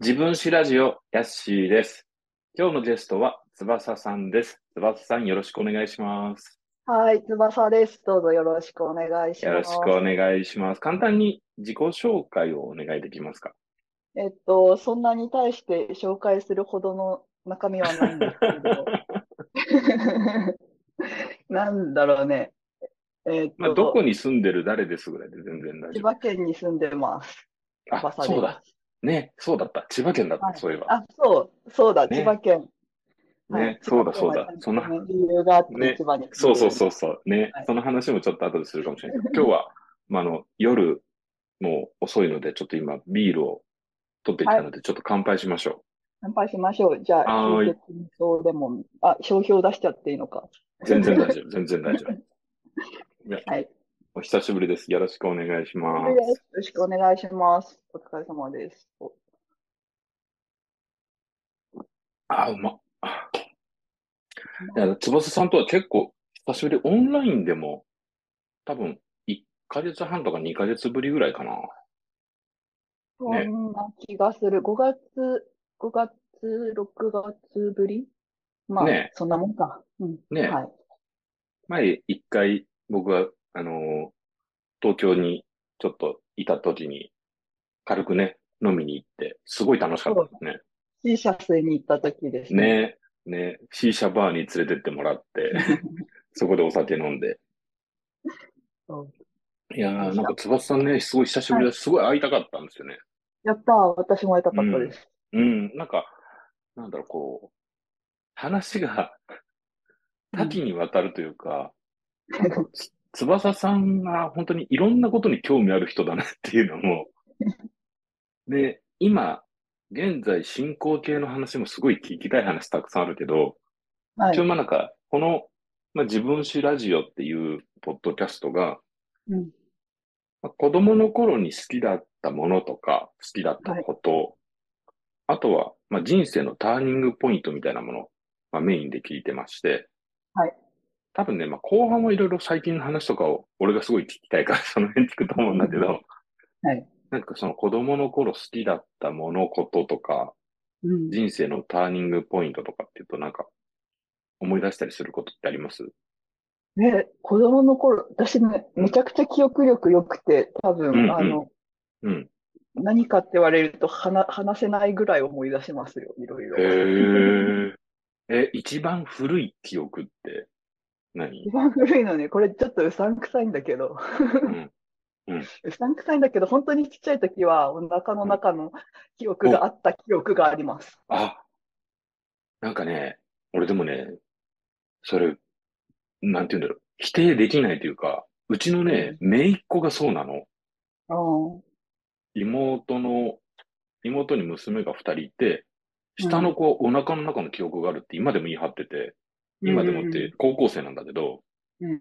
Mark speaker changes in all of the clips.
Speaker 1: 自分史ラジオ、ヤッシーです。今日のゲストは、翼さんです。翼さん、よろしくお願いします。
Speaker 2: はい、翼です。どうぞよろしくお願いし
Speaker 1: よろ
Speaker 2: ます。
Speaker 1: しくお願いします。簡単に自己紹介をお願いできますか
Speaker 2: えっと、そんなに対して紹介するほどの中身はないんです けど。なんだろうね。えっ
Speaker 1: まあ、
Speaker 2: と、
Speaker 1: どこに住んでる誰ですぐらいで全然大
Speaker 2: 千
Speaker 1: 丈
Speaker 2: 葉県に住んでます。
Speaker 1: 夫。あ、
Speaker 2: 翼
Speaker 1: そう
Speaker 2: です
Speaker 1: だ。。ね、そうだった。千葉県だった、
Speaker 2: はい
Speaker 1: そういえば。
Speaker 2: あ、そう、そうだ、
Speaker 1: ね
Speaker 2: 千葉県。
Speaker 1: ね
Speaker 2: はい、
Speaker 1: そうだ
Speaker 2: 千葉県は
Speaker 1: そうだそんな
Speaker 2: ね理由があって
Speaker 1: ね
Speaker 2: 千葉に住
Speaker 1: そ
Speaker 2: ん
Speaker 1: う
Speaker 2: で
Speaker 1: そ
Speaker 2: る
Speaker 1: うそうそう。ね、
Speaker 2: はい
Speaker 1: その話もちょっと後でするかもしれ ないけど。今日は、まあ、あの、夜、もう遅いので、ちょっと今、ビールを取ってきたので、ちょっと乾杯しましょ
Speaker 2: 乾杯しましょう。じゃあ、
Speaker 1: はーい
Speaker 2: 貧血そうでも、あ、商標出しちゃっていいのか。
Speaker 1: う。全然大丈夫、全然大丈夫。
Speaker 2: はい。
Speaker 1: お久しぶりです。よろしくお願いしま
Speaker 2: よろしくお願いします。お疲れ様です。お
Speaker 1: あ、うまっ。いや、翼さんとは結構久しぶり、オンラインでも多分1ヶ月半とか2ヶ月ぶりぐらいかな。
Speaker 2: そ
Speaker 1: ね
Speaker 2: んな気がする。5月、5月、6月ぶりまあ、
Speaker 1: ね
Speaker 2: そんなもんか。うん。
Speaker 1: ね
Speaker 2: はい。
Speaker 1: 前1回僕が、あのー東京にちょっといた時に軽くね、飲みに行って、すごい楽しかったですね。
Speaker 2: シーシャスに行った時ですね。
Speaker 1: ねね、シーシャバーに連れてってもらって、そこでお酒飲んで。
Speaker 2: そう
Speaker 1: いやー、なんか翼さんね、すごい久しぶりだし、すごい会いたかったんですよね。
Speaker 2: やったー。私も会いたかったです。
Speaker 1: うん、なんか、なんだろう、こう、話が多岐にわたるというか、なんかつ翼さんが本当にいろんなことに興味ある人だなっていうの も、で、今、現在進行形の話もすごい聞きたい話たくさんあるけど、
Speaker 2: はい
Speaker 1: 一応。まあなんか、この、まあ、自分史ラジオっていうポッドキャストが、
Speaker 2: うん。
Speaker 1: まあ子供の頃に好きだったものとか、好きだったこと、あとは、まあ、人生のターニングポイントみたいなもの、まあ、メインで聞いてまして、
Speaker 2: はい。
Speaker 1: 多分ね、まあ、後半はいろいろ最近の話とかを、俺がすごい聞きたいから、 その辺聞くと思うんだけど、
Speaker 2: はい。
Speaker 1: なんかその子供の頃好きだったもの、こととか、
Speaker 2: うん。
Speaker 1: 人生のターニングポイントとかっていうと、なんか、思い出したりすることってあります
Speaker 2: ね、子供の頃、私ね、めちゃくちゃ記憶力良くて、多分、
Speaker 1: うんうん
Speaker 2: あの、
Speaker 1: うん。
Speaker 2: 何かって言われると話、話せないぐらい思い出しますよ、いろいろ。
Speaker 1: へえ。え、一番古い記憶って何
Speaker 2: 一番古いのね、これちょっとうさんくさいんだけど、
Speaker 1: うん
Speaker 2: うさんくさいんだけど、本当にちっちゃい時は、お腹の中の記憶があった記憶があります。
Speaker 1: あ、なんかね、俺でもね、それ、なんて言うんだろう、否定できないというか、うちのね、姪っ子がそうなの。
Speaker 2: うん。
Speaker 1: 妹の、妹に娘が二人いて、下の子はお腹の中の記憶があるって今でも言い張ってて、今でもって高校生なんだけど、
Speaker 2: うん。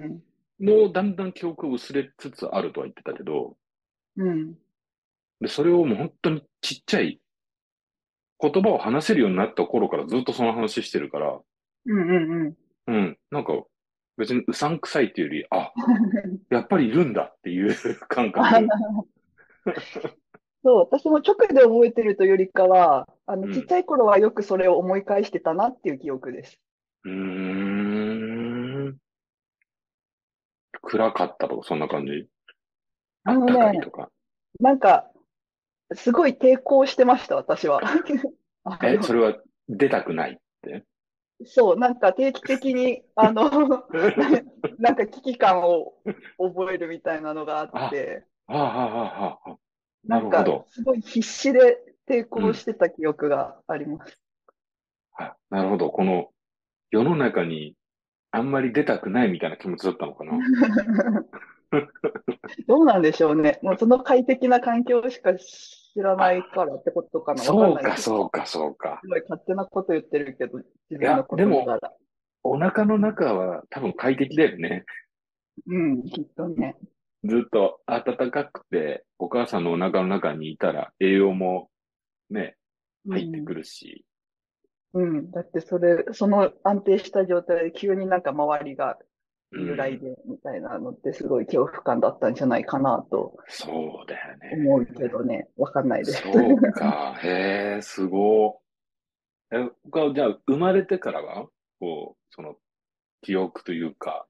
Speaker 1: もうだんだん記憶が薄れつつあるとは言ってたけど、
Speaker 2: うん。
Speaker 1: で、それをもう本当にちっちゃい言葉を話せるようになった頃からずっとその話してるから、
Speaker 2: うん。うん。うん。
Speaker 1: うん。なんか、別にうさんくさいっていうより、 あ、やっぱりいるんだっていう 感覚。
Speaker 2: そう、私も直で覚えてるというよりかは、あ
Speaker 1: う
Speaker 2: の、
Speaker 1: ん
Speaker 2: ちっちゃい頃はよくそれを思い返してたなっていう記憶です。
Speaker 1: うーん。暗かったとか、そんな感じあ
Speaker 2: あ
Speaker 1: っ
Speaker 2: のね
Speaker 1: たかいとか。
Speaker 2: なんか、すごい抵抗してました、私は。あ
Speaker 1: え、
Speaker 2: の
Speaker 1: それは出たくない。
Speaker 2: そう、なんか定期的に、あ の、なんか危機感を覚えるみたいなのがあって、
Speaker 1: はあ、はあはあはあ、な
Speaker 2: な
Speaker 1: る
Speaker 2: ん
Speaker 1: ほ
Speaker 2: か
Speaker 1: ど。
Speaker 2: すごい必死で抵抗してた記憶があります。
Speaker 1: あなるほど。この世の中にあんまり出たくないみたいな気持ちだったのかな。
Speaker 2: どうなんでしょうね。もうその快適な環境しか知らないからってことかな。
Speaker 1: そう
Speaker 2: わかんない
Speaker 1: か、
Speaker 2: けど
Speaker 1: そうか、そうか。
Speaker 2: すごい勝手なこと言ってるけど、自分
Speaker 1: いや
Speaker 2: のこと
Speaker 1: でも
Speaker 2: だから。
Speaker 1: お腹の中は多分快適だよね。
Speaker 2: うん、きっとね。
Speaker 1: ずっと暖かくて、お母さんのお腹の中にいたら栄養もね、入ってくるし、
Speaker 2: うん、うんだってそれ、その安定した状態で急になんか周りが由来で、みたいなのってすごい恐怖感だったんじゃないかなと
Speaker 1: そうだよね。
Speaker 2: 思うけどね、わかんないです。
Speaker 1: そうか。 へえ、すごい。え、他はじゃあ、生まれてからは、こう、その、記憶というか、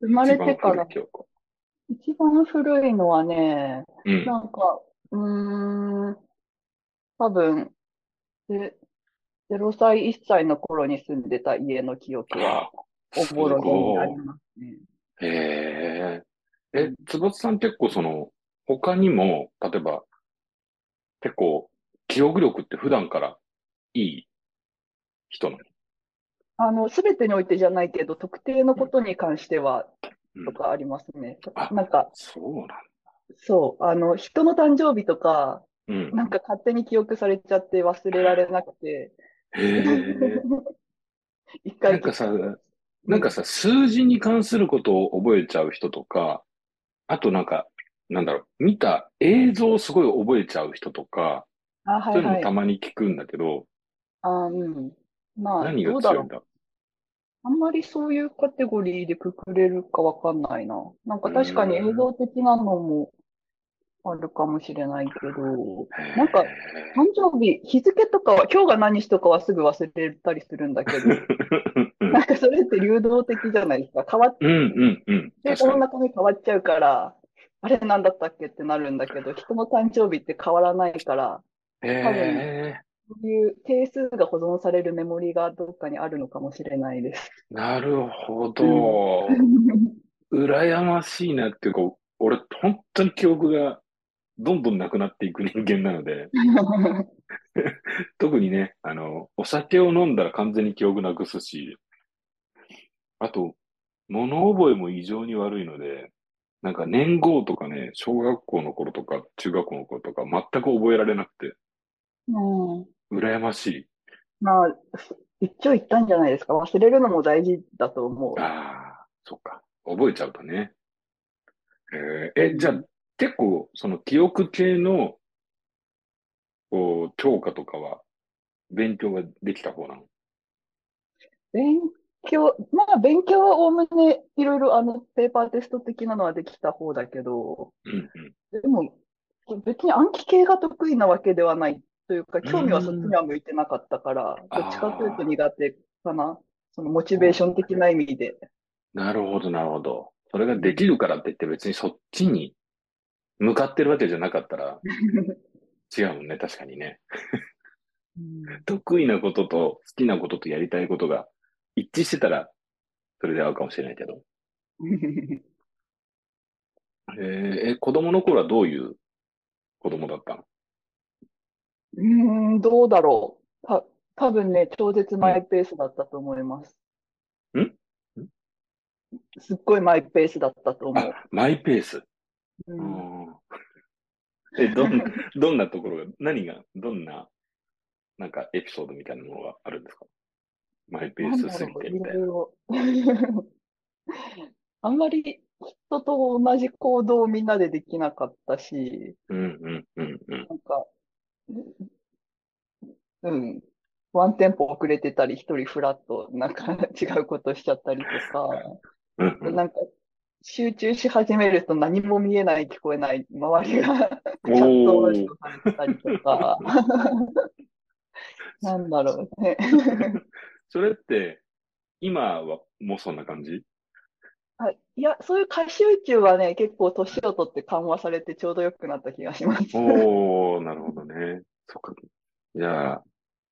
Speaker 2: 生まれ
Speaker 1: 一番
Speaker 2: てか
Speaker 1: 古
Speaker 2: ら
Speaker 1: い記憶。
Speaker 2: 一番古いのはね、
Speaker 1: うん。
Speaker 2: なんか、うーん、多分、で、0歳、1歳の頃に住んでた家の記憶は、
Speaker 1: あ、
Speaker 2: お
Speaker 1: す
Speaker 2: ぼろげに
Speaker 1: ご
Speaker 2: あ
Speaker 1: い
Speaker 2: り。ますね。
Speaker 1: へえ。え、坪田さん結構その、他にも、例えば、結構、記憶力って普段からいい人なの
Speaker 2: あの、すべてにおいてじゃないけど、特定のことに関しては、
Speaker 1: うん
Speaker 2: とかありますね。
Speaker 1: あ
Speaker 2: なんか、
Speaker 1: そうなんだ。
Speaker 2: そう、あの、人の誕生日とか、
Speaker 1: うん。
Speaker 2: なんか勝手に記憶されちゃって忘れられなくて、
Speaker 1: へえ。
Speaker 2: 一
Speaker 1: なん
Speaker 2: 回
Speaker 1: かさ、なんかさ、数字に関することを覚えちゃう人とか、あとなんか、なんだろう、見た映像をすごい覚えちゃう人とか、
Speaker 2: あ、
Speaker 1: そ
Speaker 2: は
Speaker 1: う
Speaker 2: い
Speaker 1: いうの
Speaker 2: は
Speaker 1: もた
Speaker 2: い。
Speaker 1: まに聞くんだけど、
Speaker 2: あ、うん。まあ、
Speaker 1: 何が
Speaker 2: どうだ
Speaker 1: 強い
Speaker 2: ろ
Speaker 1: ん
Speaker 2: う。
Speaker 1: だ
Speaker 2: あんまりそういうカテゴリーでくくれるかわかんないな。なんか確かに映像的なのもあるかもしれないけど、なんか
Speaker 1: へ
Speaker 2: 誕生日、日付とかは、今日が何日とかはすぐ忘れたりするんだけど、
Speaker 1: え。
Speaker 2: なんかそれって流動的じゃないですか。変わっ
Speaker 1: うんうんうん。
Speaker 2: て、
Speaker 1: 確か
Speaker 2: この
Speaker 1: に。
Speaker 2: 中身変わっちゃうから、あれ何だったっけってなるんだけど、人の誕生日って変わらないから、
Speaker 1: へ
Speaker 2: 多
Speaker 1: え。
Speaker 2: そういう定数が保存されるメモリがどっかにあるのかもしれないです。
Speaker 1: なるほど。羨ましいなっていうか、俺、本当に記憶がどんどんなくなっていく人間なので、特にね、あの、お酒を飲んだら完全に記憶なくすし、あと、物覚えも異常に悪いので、なんか年号とかね、小学校の頃とか中学校の頃とか全く覚えられなくて、
Speaker 2: うん
Speaker 1: 羨ましい。
Speaker 2: まあ、一長一短じゃないですか。忘れるのも大事だと思う。
Speaker 1: ああ、そっか。覚えちゃうとね。えーえ、じゃあ、結構、その記憶系の、こう、教科とかは、勉強ができた方なの
Speaker 2: 勉強、まあ勉強はおおむねいろいろあのペーパーテスト的なのはできた方だけど、
Speaker 1: うんうん。
Speaker 2: でも別に暗記系が得意なわけではないというか、興味はそっちには向いてなかったから、
Speaker 1: うん
Speaker 2: どっちかというと苦手かな。そのモチベーション的な意味で。
Speaker 1: なるほど、なるほど。それができるからって言って別にそっちに向かってるわけじゃなかった ら違うもんね、確かにね。得意なことと好きなこととやりたいことが一致してたら、それで合うかもしれないけ ど。えーえ、子供の頃はどういう子供だったの
Speaker 2: うーん、どうだろう。た、多分ね、超絶マイペースだったと思います。
Speaker 1: んん
Speaker 2: すっごいマイペースだったと思
Speaker 1: あ、マイペース。
Speaker 2: う。
Speaker 1: う
Speaker 2: うん
Speaker 1: ん え、どん、どんなところが、何が、どんな、なんかエピソードみたいなものがあるんですかマイペー
Speaker 2: なん
Speaker 1: ス
Speaker 2: だ
Speaker 1: すぎ
Speaker 2: ろう、
Speaker 1: て
Speaker 2: い
Speaker 1: みたいな。
Speaker 2: ろいろ。 あんまり人と同じ行動をみんなでできなかったし、
Speaker 1: うんうんうんうん。
Speaker 2: なんか、うん、ワンテンポ遅れてたり、一人フラッと、なんか 違うことしちゃったりとか、
Speaker 1: うんうん
Speaker 2: なんか、集中し始めると何も見えない、聞こえない、周りが
Speaker 1: おー
Speaker 2: チャットを されてたりと か、なんだろうね。
Speaker 1: それって、今はもうそんな感じ
Speaker 2: あいや、そういう過集中はね、結構年を取って緩和されてちょうど良くなった気がします。
Speaker 1: おー、なるほどね。そっか。じゃあ、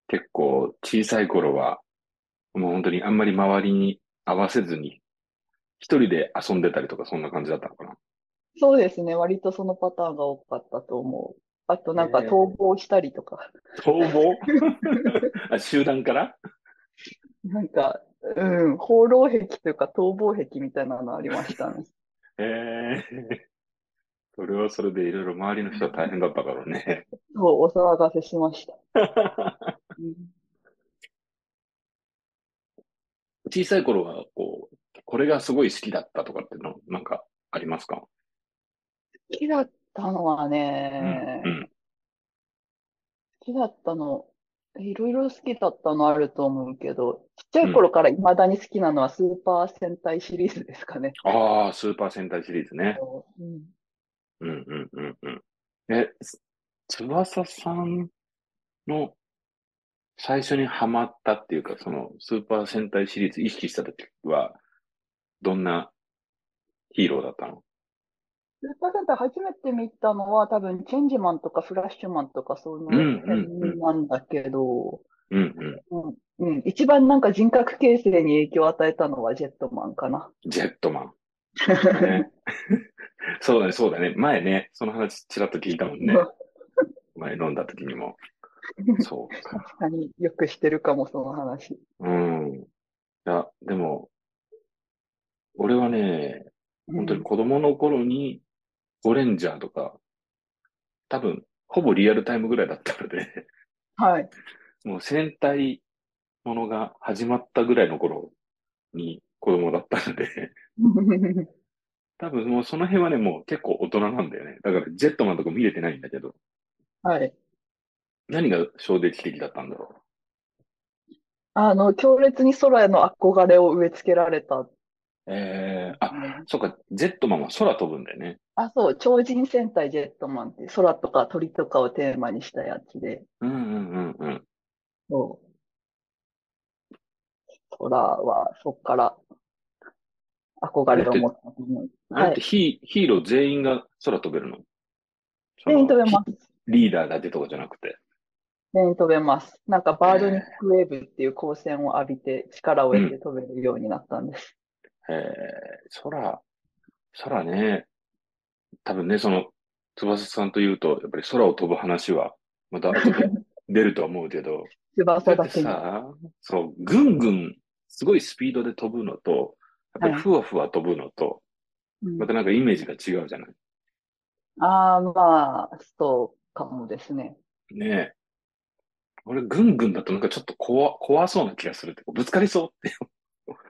Speaker 1: 結構小さい頃は、もう本当にあんまり周りに合わせずに、一人で遊んでたりとか、そんな感じだったのかな。
Speaker 2: そうですね、割とそのパターンが多かったと思う。あとなんか
Speaker 1: ねえ
Speaker 2: 逃亡したりとか、
Speaker 1: 逃亡あ、 集団から
Speaker 2: なんか、うん、放浪癖というか逃亡癖みたいなのありました ね。
Speaker 1: ええそれはそれでいろいろ周りの人は大変だっただろうね。
Speaker 2: そう、お騒がせしました。うん
Speaker 1: 小さい頃は、こう、これがすごい好きだったとかっての、なんかありますか
Speaker 2: 好きだったのは
Speaker 1: うん、
Speaker 2: ね
Speaker 1: う、ん。
Speaker 2: 好きだったの、いろいろ好きだったのあると思うけど、ちっちゃい頃から未だに好きなのはスーパー戦隊シリーズですかね。
Speaker 1: ああ、スーパー戦隊シリーズね。
Speaker 2: うん
Speaker 1: うんうんうんうん。え、つ翼さんの最初にハマったっていうか、そのスーパー戦隊シリーズ意識したときは、どんなヒーローだったの
Speaker 2: スーパー戦隊初めて見たのは多分チェンジマンとかフラッシュマンとかその
Speaker 1: うんうんうん
Speaker 2: 辺なんだけど、
Speaker 1: うんうん。
Speaker 2: うんうん、一番なんか人格形成に影響を与えたのはジェットマンかな。
Speaker 1: ジェットマン。ね、 そうだね、そうだね。前ね、その話ちらっと聞いたもん ね。前飲んだ時に も。そうか。
Speaker 2: 確かによくしてるかも、その話。
Speaker 1: うん。いや、でも、俺はね、本当に子供の頃に、ゴレンジャーとか、多分、ほぼリアルタイムぐらいだったので、
Speaker 2: はい。
Speaker 1: もう戦隊ものが始まったぐらいの頃に子供だったので、多分もうその辺はね、もう結構大人なんだよね。だからジェットマンとか見れてないんだけど、
Speaker 2: はい。
Speaker 1: 何が衝撃的だったんだろ
Speaker 2: あの、強烈に空への憧れを植え付けられた。
Speaker 1: う。えー、あ、そうか、ジェットマンは空飛ぶんだよね。
Speaker 2: あ、そう、超人戦隊ジェットマンって空とか鳥とかをテーマにしたやつで、
Speaker 1: うんうんうんうん。
Speaker 2: そう。空はそっから憧れを持ったと思う。
Speaker 1: あれっ
Speaker 2: は
Speaker 1: て
Speaker 2: い。
Speaker 1: ヒ、ヒーロー全員が空飛べるの
Speaker 2: 全員飛べます。
Speaker 1: リーダーだけとかじゃなくて。
Speaker 2: 全員飛べます。なんかバードニックウェーブっていう光線を浴びて力を得て飛べるようになったんです。
Speaker 1: えー、空、空ね、多分ね、その、翼さんというと、やっぱり空を飛ぶ話は、また後で 出るとは思うけ ど、
Speaker 2: 翼
Speaker 1: だ
Speaker 2: だ
Speaker 1: って
Speaker 2: けに。
Speaker 1: さ、そう、ぐんぐん、すごいスピードで飛ぶのと、やっぱりふわふわ飛ぶのと、
Speaker 2: うん
Speaker 1: またなんかイメージが違うじゃない。
Speaker 2: ああ、まあ、そうかもです ね。
Speaker 1: ねえ。俺、ぐんぐんだとなんかちょっと怖、怖そうな気がするって、ぶつかりそうって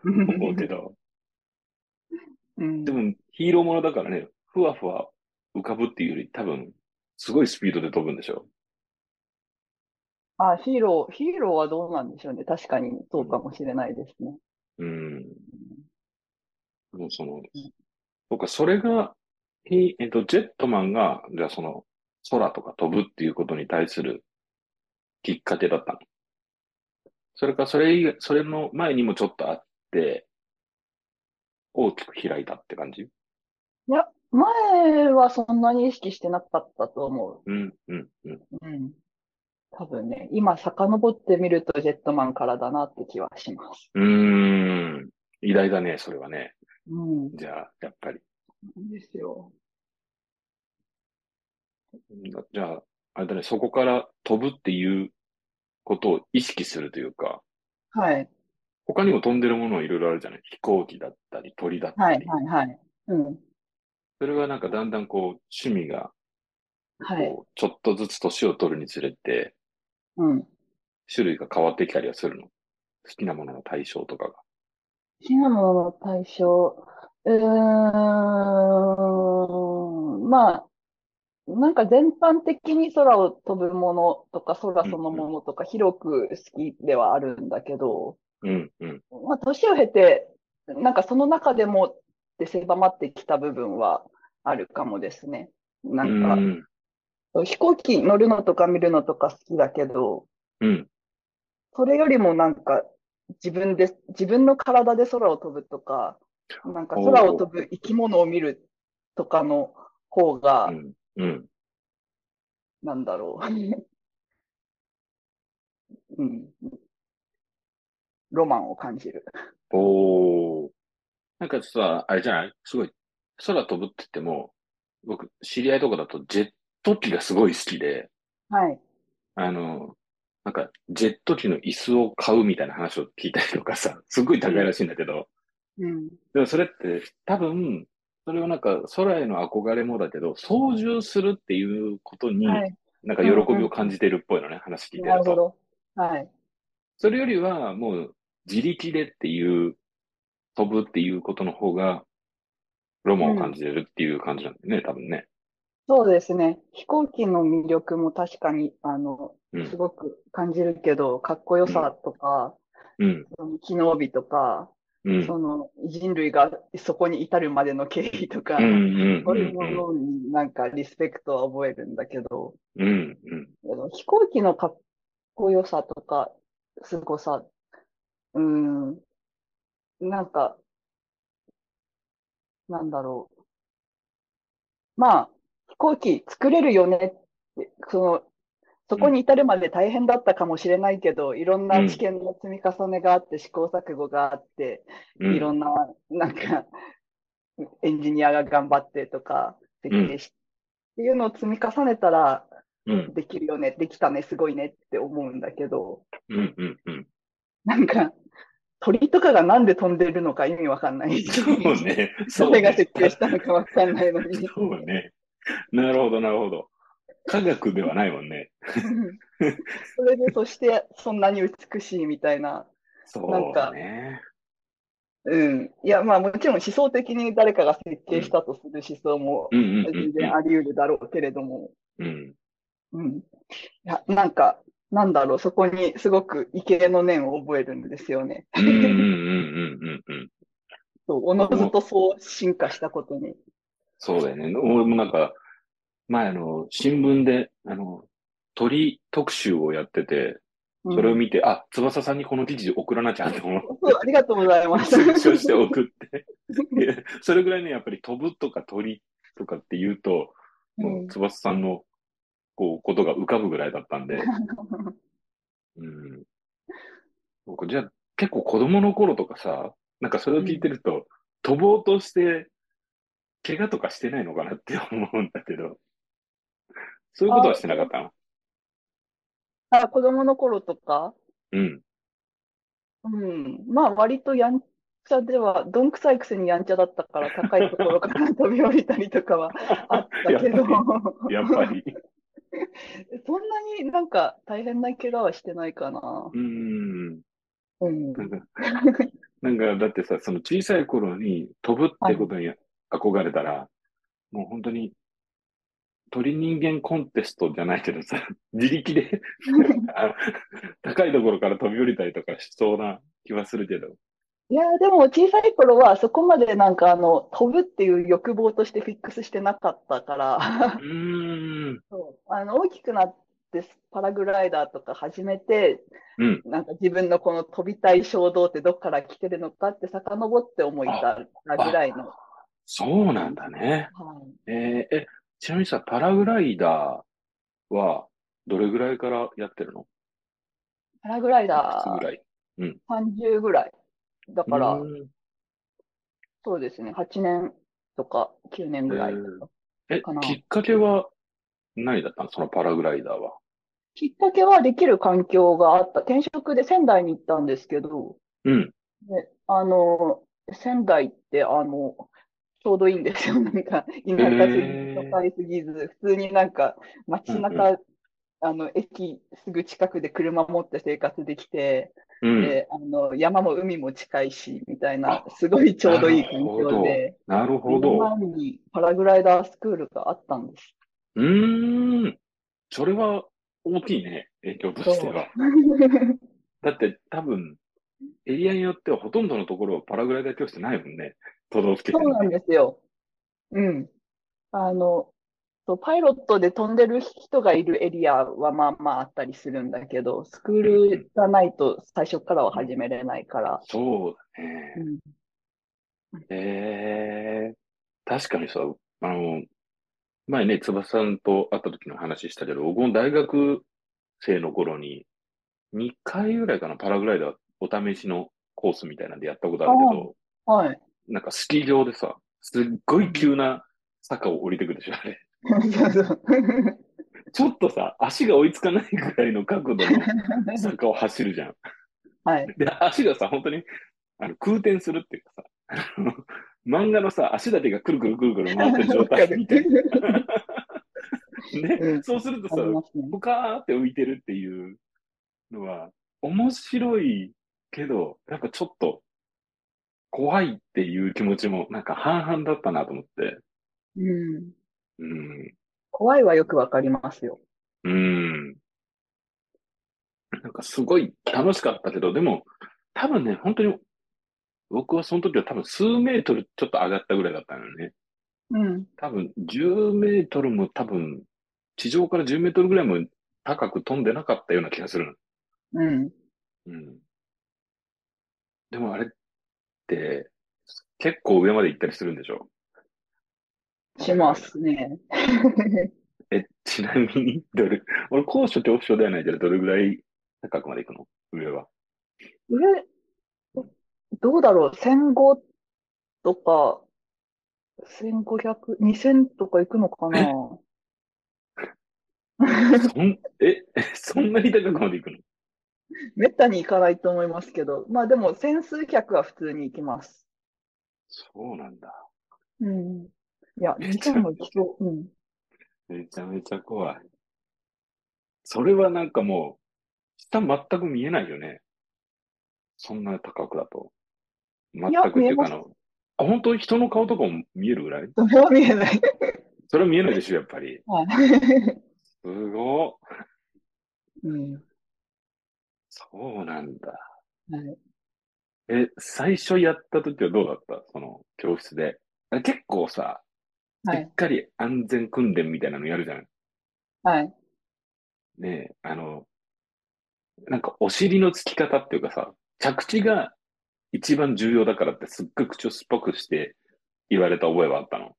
Speaker 1: 思うけ ど、
Speaker 2: うん
Speaker 1: でもヒーローものだからね、ふわふわ浮かぶっていうより多分、すごいスピードで飛ぶんでしょ。
Speaker 2: あ、ヒーロー、ヒーローはどうなんでしょうね。確かにそうかもしれないですね。
Speaker 1: うん。もうその、そうか、それが、ひえっと、ジェットマンが、じゃあその、空とか飛ぶっていうことに対するきっかけだったの。それか、それ以外、それの前にもちょっとあって、大きく開いたって感じ
Speaker 2: 前はそんなに意識してなかったと思
Speaker 1: うん、うん、うん。
Speaker 2: う。うん。多分ね、今遡ってみるとジェットマンからだなって気はします。
Speaker 1: うーん。偉大だね、それはね。
Speaker 2: うん。
Speaker 1: じゃあ、やっぱり。
Speaker 2: ですよ。
Speaker 1: じゃあ、あれだね、そこから飛ぶっていうことを意識するというか、
Speaker 2: はい。
Speaker 1: 他にも飛んでるものはいろいろあるじゃない飛行機だったり、鳥だった
Speaker 2: は
Speaker 1: り
Speaker 2: い、。はい、はい。うん。
Speaker 1: それはなんかだんだんこう、趣味が、
Speaker 2: はい。
Speaker 1: こう、ちょっとずつ年を取るにつれて、
Speaker 2: うん。
Speaker 1: 種類が変わってきたりはするの。好きなものの対象とかが。
Speaker 2: 好きなものの対象。うーん。まあ、なんか全般的に空を飛ぶものとか空そのものとか広く好きではあるんだけど、
Speaker 1: うん、うん。
Speaker 2: まあ、年を経て、なんかその中でもって狭まってきた部分はあるかもですね。な
Speaker 1: うん
Speaker 2: か、
Speaker 1: ん、
Speaker 2: 飛行機乗るのとか見るのとか好きだけど、
Speaker 1: うん。
Speaker 2: それよりもなんか自分で、自分の体で空を飛ぶとか、なんか空を飛ぶ生き物を見るとかの方が
Speaker 1: う、ん、うん。
Speaker 2: なんだろう。 うん。ロマンを感じる。
Speaker 1: おー。なんかさ、あれじゃないすごい、空飛ぶって言っても、僕、知り合いとかだとジェット機がすごい好きで、
Speaker 2: はい。
Speaker 1: あの、なんか、ジェット機の椅子を買うみたいな話を聞いたりとかさ、すごい高いらしいんだけど、
Speaker 2: うん。
Speaker 1: でもそれって多分、それをなんか空への憧れもだけど、操縦するっていうことに、
Speaker 2: はい。
Speaker 1: なんか喜びを感じてるっぽいのね、話聞いて
Speaker 2: な
Speaker 1: る
Speaker 2: る
Speaker 1: と。
Speaker 2: ほど。はい。
Speaker 1: それよりはもう自力でっていう、飛ぶっていうことの方が、ロマンを感じてるっていう感じなんだよね、多分ね。
Speaker 2: そうですね。飛行機の魅力も確かに、あの、
Speaker 1: うん
Speaker 2: すごく感じるけど、かっこよさとか、
Speaker 1: うん、
Speaker 2: その機能美とか、
Speaker 1: うん、
Speaker 2: その人類がそこに至るまでの経緯とか
Speaker 1: うん、、うん、
Speaker 2: そう
Speaker 1: う
Speaker 2: いうも
Speaker 1: ん、
Speaker 2: のになんかリスペクトは覚えるんだけど、
Speaker 1: うん、うん、
Speaker 2: でも飛行機のかっこよさとか、すごさ、うん、なんか、なんだろう。まあ、飛行機作れるよねって、その、そこに至るまで大変だったかもしれないけど、いろんな知見の積み重ねがあって、試行錯誤があって、
Speaker 1: うん、
Speaker 2: いろんな、なんか、エンジニアが頑張ってとか、設計し、っていうのを積み重ねたら、
Speaker 1: うん、
Speaker 2: できるよね、できたね、すごいねって思うんだけど、
Speaker 1: うん、うん、うん。
Speaker 2: なんか、鳥とかがなんで飛んでるのか意味わかんないし、
Speaker 1: そうね。そう
Speaker 2: 誰が
Speaker 1: ね。
Speaker 2: 設計したのかわかんないのに。
Speaker 1: そうね。なるほど、なるほど。科学ではないもんね。
Speaker 2: それで、そして、そんなに美しいみたいな。
Speaker 1: そうだね。
Speaker 2: うん。いや、まあもちろん思想的に誰かが設計したとする思想も
Speaker 1: うん、うん、うん
Speaker 2: 全然あり得るだろうけれども、
Speaker 1: うん、うん。
Speaker 2: うん。いや、なんか、なんだろう、そこにすごく畏敬の念を覚えるんですよね。
Speaker 1: うん、うん、うん、うん、うん、うん。
Speaker 2: そう、おのずとそう進化したことに。
Speaker 1: そうだよね。俺もなんか、前あの、新聞で、あの、鳥特集をやってて、
Speaker 2: うん
Speaker 1: それを見て、あ、翼さんにこの記事送らなきゃって思 って
Speaker 2: そう、ありがとうございます。
Speaker 1: スクショして送って。いやそれぐらいね、やっぱり飛ぶとか鳥とかって言うと、もう翼さんの、こう、ことが浮かぶぐらいだったんで、うん。僕、じゃあ、結構子供の頃とかさ、なんかそれを聞いてると、飛ぼうとして、怪我とかしてないのかなって思うんだけど、そういうことはしてなかったの
Speaker 2: あ、子供の頃とか、
Speaker 1: うん。
Speaker 2: うん、まあ割とやんちゃでは、どんくさいくせにやんちゃだったから、高いところから飛び降りたりとかはあったけど、
Speaker 1: やっぱり。
Speaker 2: そんなになんか大変な怪我はしてないかな。
Speaker 1: うん。
Speaker 2: うん。
Speaker 1: なんか、なんかだってさ、その小さい頃に飛ぶってことに憧れたら、もう本当に鳥人間コンテストじゃないけどさ、自力であ 高いところから飛び降りたりとかしそうな気はするけど。
Speaker 2: いやー、でも小さい頃はそこまでなんかあの、飛ぶっていう欲望としてフィックスしてなかったから、
Speaker 1: うーん。
Speaker 2: そうあの、大きくなってパラグライダーとか始めて、
Speaker 1: うん。
Speaker 2: なんか自分のこの飛びたい衝動ってどっから来てるのかって遡って思いたぐらいの。は
Speaker 1: そうなんだね。えーえ、ちなみにさ、パラグライダーはどれぐらいからやってるの
Speaker 2: い。パラグライ
Speaker 1: いく
Speaker 2: ダ
Speaker 1: つぐらい
Speaker 2: ー30ぐらい。だから
Speaker 1: う、ーん
Speaker 2: そうですね、8年とか9年ぐらいとか。
Speaker 1: え、
Speaker 2: かな
Speaker 1: きっかけは何だったのそのパラグライダーは。
Speaker 2: きっかけはできる環境があった。転職で仙台に行ったんですけど、
Speaker 1: うん。
Speaker 2: であの、仙台ってあの、ちょうどいいんですよ。 なんか、田舎すぎず、都会すぎず、普通になんか街
Speaker 1: うん
Speaker 2: 中、あの、駅すぐ近くで車持って生活できて、
Speaker 1: うん。
Speaker 2: で、あの、山も海も近いし、みたいな、すごいちょうどいい環境で、
Speaker 1: なるほ
Speaker 2: 目の
Speaker 1: ど。
Speaker 2: 前にパラグライダースクールがあったんです。
Speaker 1: うーん。それは大きいね。影響としては。だって多分、エリアによってはほとんどのところはパラグライダー教室ないもんね。都道府県
Speaker 2: そうなんですよ。うん。あの、そうパイロットで飛んでる人がいるエリアはまあまああったりするんだけど、スクールがないと最初からは始めれないから。
Speaker 1: そうだ
Speaker 2: う
Speaker 1: ね。
Speaker 2: ん。
Speaker 1: えー、確かにさ、あの、前ね、翼さんと会った時の話したけど、僕も大学生の頃に、2回ぐらいかな、パラグライダーお試しのコースみたいなんでやったことあるけど、
Speaker 2: はい。
Speaker 1: なんかスキー場でさ、すっごい急な坂を降りてくるでしょ、あれ。
Speaker 2: そうそう。
Speaker 1: ちょっとさ、足が追いつかないぐらいの角度 の坂を走るじゃん。
Speaker 2: はい。
Speaker 1: で、足がさ、本当にあの空転するっていうかさ、 あの漫画のさ、足だけがくるくるくるくる回ってる状 態みたいな。
Speaker 2: う
Speaker 1: ね、
Speaker 2: ん
Speaker 1: そうすると
Speaker 2: あ
Speaker 1: さ
Speaker 2: り、ますね。
Speaker 1: ポカーって浮いてるっていうのは、面白いけど、なんかちょっと怖いっていう気持ちも、なんか半々だったなと思って。
Speaker 2: うん。
Speaker 1: うん。
Speaker 2: 怖いはよくわかりますよ。
Speaker 1: うん。なんかすごい楽しかったけど、でも、多分ね、本当に、僕はその時は多分数メートルちょっと上がったぐらいだったのよね。
Speaker 2: うん。
Speaker 1: 多分10メートルも多分、地上から10メートルぐらいも高く飛んでなかったような気がするの。
Speaker 2: うん。
Speaker 1: うん。でもあれって、結構上まで行ったりするんでしょ
Speaker 2: しますね。
Speaker 1: え、ちなみに、どれ、 俺高所恐怖症ではないけど、どれぐらい高くまで行くの上は。
Speaker 2: 上、どうだろう、15とか、1500、2000とか行くのかな
Speaker 1: そん、え、 そんなに高くまで行くの
Speaker 2: めったに行かないと思いますけど、まあでも、千数百は普通に行きます。
Speaker 1: そうなんだ。
Speaker 2: うん。いや、
Speaker 1: め
Speaker 2: 2
Speaker 1: ちゃ
Speaker 2: 0も行きそう。うん。
Speaker 1: めちゃめちゃ怖い。それはなんかもう、下全く見えないよね。そんな高くだと。全
Speaker 2: いや
Speaker 1: くっていうかあ
Speaker 2: 見え
Speaker 1: の、あ、本当に人の顔とかも見えるぐらい
Speaker 2: それは見えない。
Speaker 1: それは見えないでしょ、やっぱり。
Speaker 2: はい。
Speaker 1: すごっ。
Speaker 2: うん。
Speaker 1: そうなんだ。
Speaker 2: はい。
Speaker 1: え、最初やった時はどうだったその教室で。あれ結構さ、
Speaker 2: は
Speaker 1: し
Speaker 2: い
Speaker 1: っ。かり安全訓練みたいなのやるじゃん。
Speaker 2: はい。
Speaker 1: ねえ、あの、なんかお尻のつき方っていうかさ、着地が一番重要だからってすっごい口を酸っぱくして言われた覚えはあったの。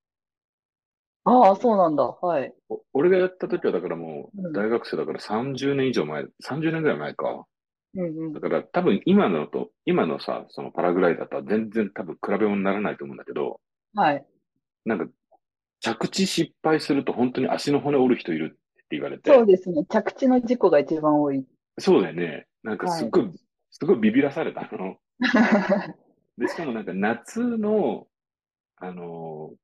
Speaker 2: ああ、そうなんだ。はい。
Speaker 1: お俺がやった時はだからも
Speaker 2: う
Speaker 1: うん大学生だから30年以上前、30年ぐらい前か。
Speaker 2: うんう
Speaker 1: だ
Speaker 2: ん。
Speaker 1: から多分今のと、今のさ、そのパラグライダーとは全然多分比べ物にならないと思うんだけど、
Speaker 2: はい。
Speaker 1: なんか着地失敗すると本当に足の骨折る人いるって言われて。
Speaker 2: そうですね。着地の事故が一番多い。
Speaker 1: そうだよね。なんかすっごい、すごいビビらされたの。で、しかもなんか夏の、あのー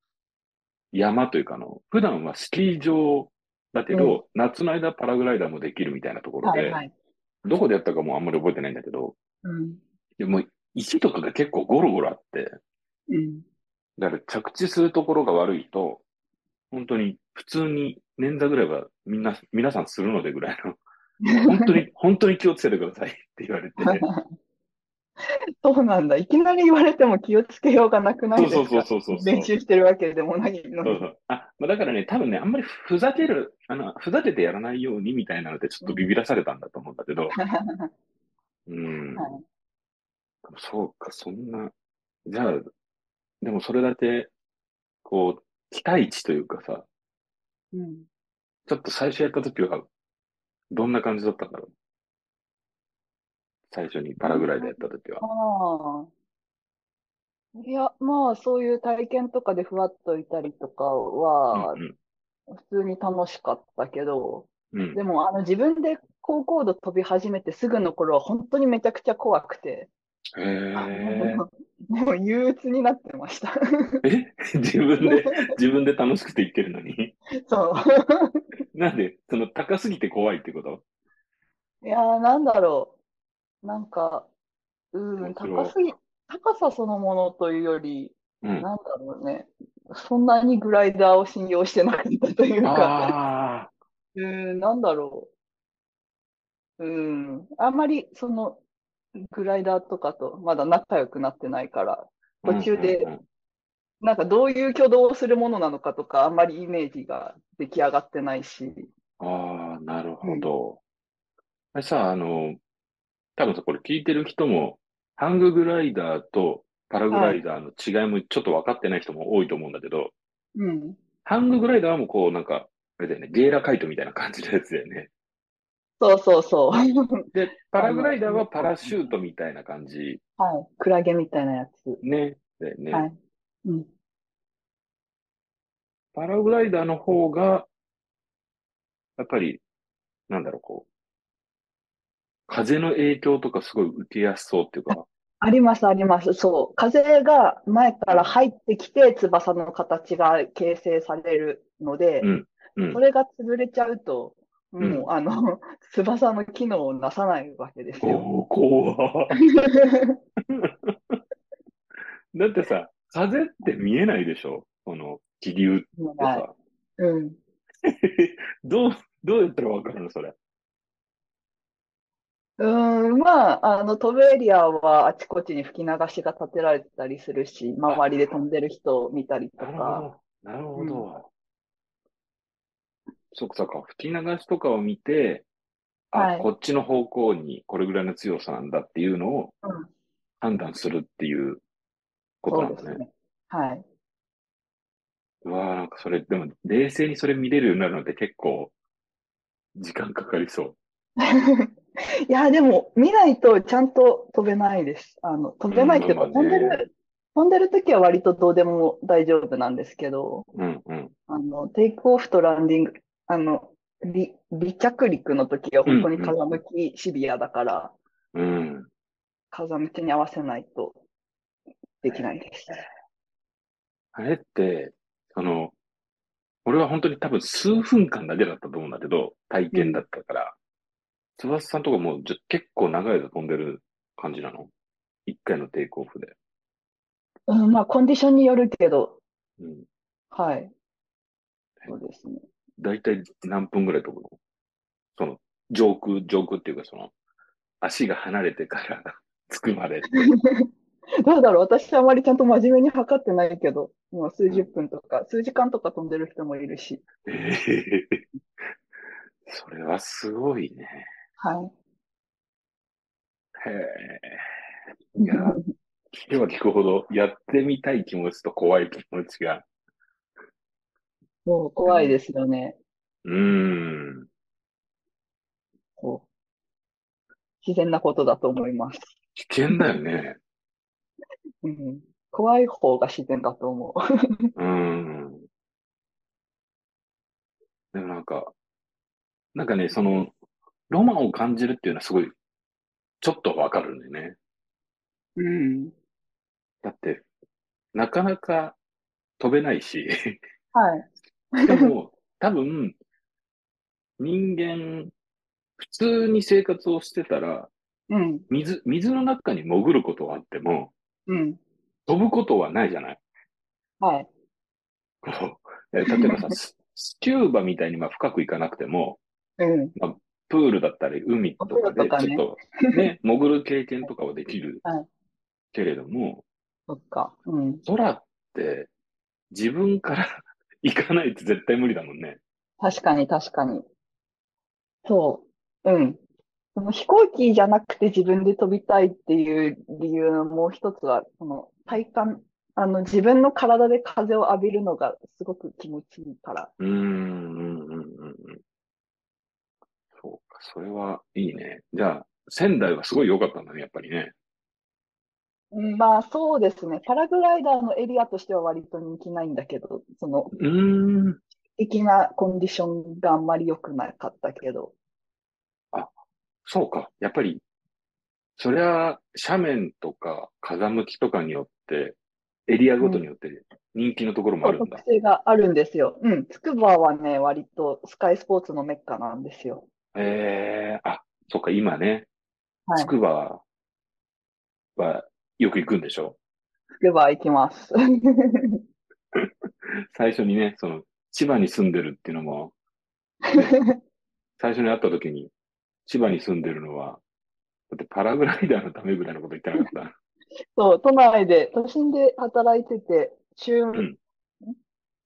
Speaker 1: 山というかあの、普段はスキー場だけど、夏の間パラグライダーもできるみたいなところ
Speaker 2: は
Speaker 1: で、
Speaker 2: いはい。
Speaker 1: どこでやったかもうあんまり覚えてないんだけど、
Speaker 2: うん。
Speaker 1: でも石とかが結構ゴロゴロあって、
Speaker 2: うん。
Speaker 1: だから着地するところが悪いと、本当に普通に捻挫ぐらいはみんな、皆さんするのでぐらい の、本当に、本当に気をつけてくださいって言わ れて、
Speaker 2: そうなんだ。いきなり言われても気をつけようがなくないです
Speaker 1: そ
Speaker 2: か
Speaker 1: うそうそうそうそう
Speaker 2: 練習してるわけでもないの
Speaker 1: そう
Speaker 2: に。
Speaker 1: そう。あ、まあ、だからね、多分ね、あんまりふざける、あの、ふざけてやらないようにみたいなので、ちょっとビビらされたんだと思うんだけ ど、うん。
Speaker 2: は
Speaker 1: そうか、そんな、じゃあ、でもそれだけ、こう、期待値というかさ、
Speaker 2: うん
Speaker 1: ちょっと最初やった時は、どんな感じだったんだろう。最初にパラグライダーやった時は。
Speaker 2: ああ。いや、まあ、そういう体験とかでふわっといたりとかは、
Speaker 1: うん
Speaker 2: 普通に楽しかったけど、
Speaker 1: うん、うん。
Speaker 2: でも、あの、自分で高高度飛び始めてすぐの頃は、本当にめちゃくちゃ怖くて、
Speaker 1: へえ。
Speaker 2: もう憂鬱になってました。
Speaker 1: え 自分で、自分で楽しくて言ってるのに。
Speaker 2: そう。
Speaker 1: なんで、その高すぎて怖いってこと
Speaker 2: いやー、なんだろう。なんか、うー
Speaker 1: 面
Speaker 2: ん、
Speaker 1: 白い
Speaker 2: 高すぎ、高さそのものというより、
Speaker 1: うん。
Speaker 2: なんだろうね。そんなにグライダーを信用してなかったというか、
Speaker 1: ああ、
Speaker 2: うーん、なんだろう。うーん、あんまり、その、グライダーとかとまだ仲良くなってないから、途中で
Speaker 1: うんうんうん
Speaker 2: なんかどういう挙動をするものなのかとか、あんまりイメージが出来上がってないし、
Speaker 1: ああ、なるほど。あれさ、あの、多分さ、これ聞いてる人も、ハンググライダーとパラグライダーの違いもちょっと分かってない人も多いと思うんだけど、
Speaker 2: うん。
Speaker 1: ハンググライダーはもうこう、なんか、あれだよね、ゲーラカイトみたいな感じのやつだよね。
Speaker 2: そうそうそう。は
Speaker 1: で、パラグライダーはパラシュートみたいな感じ。
Speaker 2: い。クラゲみたいなやつ。
Speaker 1: ね。だよね。
Speaker 2: はい。うん。
Speaker 1: パラグライダーの方が、やっぱり、なんだろう、こう、風の影響とかすごい受けやすそうっていうか、
Speaker 2: あります、あります。そう。風が前から入ってきて、翼の形が形成されるので、
Speaker 1: うん
Speaker 2: そ。れが潰れちゃうと、もう、
Speaker 1: ん
Speaker 2: あの、 翼の機能をなさないわけですよ。
Speaker 1: おー怖っだってさ、風って見えないでしょこの気流ってさ、
Speaker 2: はい。うん。
Speaker 1: どう、どうやったらわかるのそれ。
Speaker 2: うーん、まあ、あの、飛ぶエリアはあちこちに吹き流しが立てられてたりするし、周りで飛んでる人を見たりと
Speaker 1: なる
Speaker 2: か、
Speaker 1: ほど。なるほど。そっかそっか。吹き流しとかを見て、あ、
Speaker 2: はい
Speaker 1: こっちの方向にこれぐらいの強さなんだっていうのを
Speaker 2: うん
Speaker 1: 判断するっていうこと
Speaker 2: そう
Speaker 1: なん
Speaker 2: で
Speaker 1: ですすね。
Speaker 2: ね。はい。
Speaker 1: うわあ、なんかそれ、でも冷静にそれ見れるようになるのって結構時間かかりそう。
Speaker 2: いや、でも、見ないとちゃんと飛べないです。あの、飛べないっていうか、
Speaker 1: うんま
Speaker 2: 飛
Speaker 1: あ
Speaker 2: ん
Speaker 1: ね
Speaker 2: でる、飛んでる時は割とどうでも大丈夫なんですけど、
Speaker 1: うんうん。
Speaker 2: あの、テイクオフとランディング、あの、離、離着陸の時は本当に風向きシビアだから、
Speaker 1: うん。
Speaker 2: 風向きに合わせないとできないです。
Speaker 1: あれって、その、俺は本当に多分数分間だけだったと思うんだけど、体験だったから。翼さんとかもうじゃ結構長い間飛んでる感じなの一回のテイクオフで。
Speaker 2: うん、まあ、コンディションによるけど、
Speaker 1: うん。
Speaker 2: はい。そうですね。
Speaker 1: だいたい何分ぐらい飛ぶのその、上空、上空っていうかその、足が離れてから 着くまで。
Speaker 2: どうだろう、私あまりちゃんと真面目に測ってないけど、もう数十分とか、数時間とか飛んでる人もいるし、
Speaker 1: ええそれはすごいね。
Speaker 2: は
Speaker 1: へえ。
Speaker 2: い。
Speaker 1: いや、聞けば聞くほど、やってみたい気持ちと怖い気持ちが。
Speaker 2: もう怖いですよね。
Speaker 1: うーん。
Speaker 2: こう自然なことだと思います。
Speaker 1: 危険だよね。
Speaker 2: うん、怖い方が自然だと思う。
Speaker 1: うーん。でもなんか、なんかね、その、ロマンを感じるっていうのはすごい、ちょっとわかるんだよね。
Speaker 2: うん。
Speaker 1: だって、なかなか飛べないし、
Speaker 2: はい。
Speaker 1: しかも、多分、人間、普通に生活をしてたら、
Speaker 2: うん。
Speaker 1: 水、水の中に潜ることはあっても、
Speaker 2: うん。
Speaker 1: 飛ぶことはないじゃない
Speaker 2: はい。
Speaker 1: こう、え例え ばさ、ススキューバみたいにまあ深く行かなくても、
Speaker 2: うん。
Speaker 1: プールだったり海とかで、
Speaker 2: お風呂とかね
Speaker 1: ちょっとね、潜る経験と かはできる
Speaker 2: はい
Speaker 1: けれども、
Speaker 2: そっか。うん。
Speaker 1: 空って自分から 行かないと絶対無理だもんね。
Speaker 2: 確かに、確かに。そう。うん。その飛行機じゃなくて自分で飛びたいっていう理由のもう一つは、その体感、あの自分の体で風を浴びるのがすごく気持ちいいから。
Speaker 1: うーん、うん、うん、うんうん。そうか、それはいいね。じゃあ、仙台はすごい良かったんだね、やっぱりね。
Speaker 2: うんまあそうですね。パラグライダーのエリアとしては割と人気ないんだけど、その
Speaker 1: うーん。
Speaker 2: 的なコンディションがあんまり良くなかったけど。
Speaker 1: そうか。やっぱり、そりゃ、斜面とか風向きとかによって、エリアごとによって人気のところもあるんだ
Speaker 2: 特。性があるんですよ。うん。つくばはね、割とスカイスポーツのメッカなんですよ。
Speaker 1: ええあ、そっか、今ね、
Speaker 2: はい。
Speaker 1: つくばはよく行くんでしょ
Speaker 2: つくば行きます。
Speaker 1: 最初にね、その、千葉に住んでるっていうの も、最初に会った時に、千葉に住んでるのは、だってパラグライダーのためぐらいのこと言ってなかっ
Speaker 2: そう、都内で、都心で働いてて、週、
Speaker 1: ん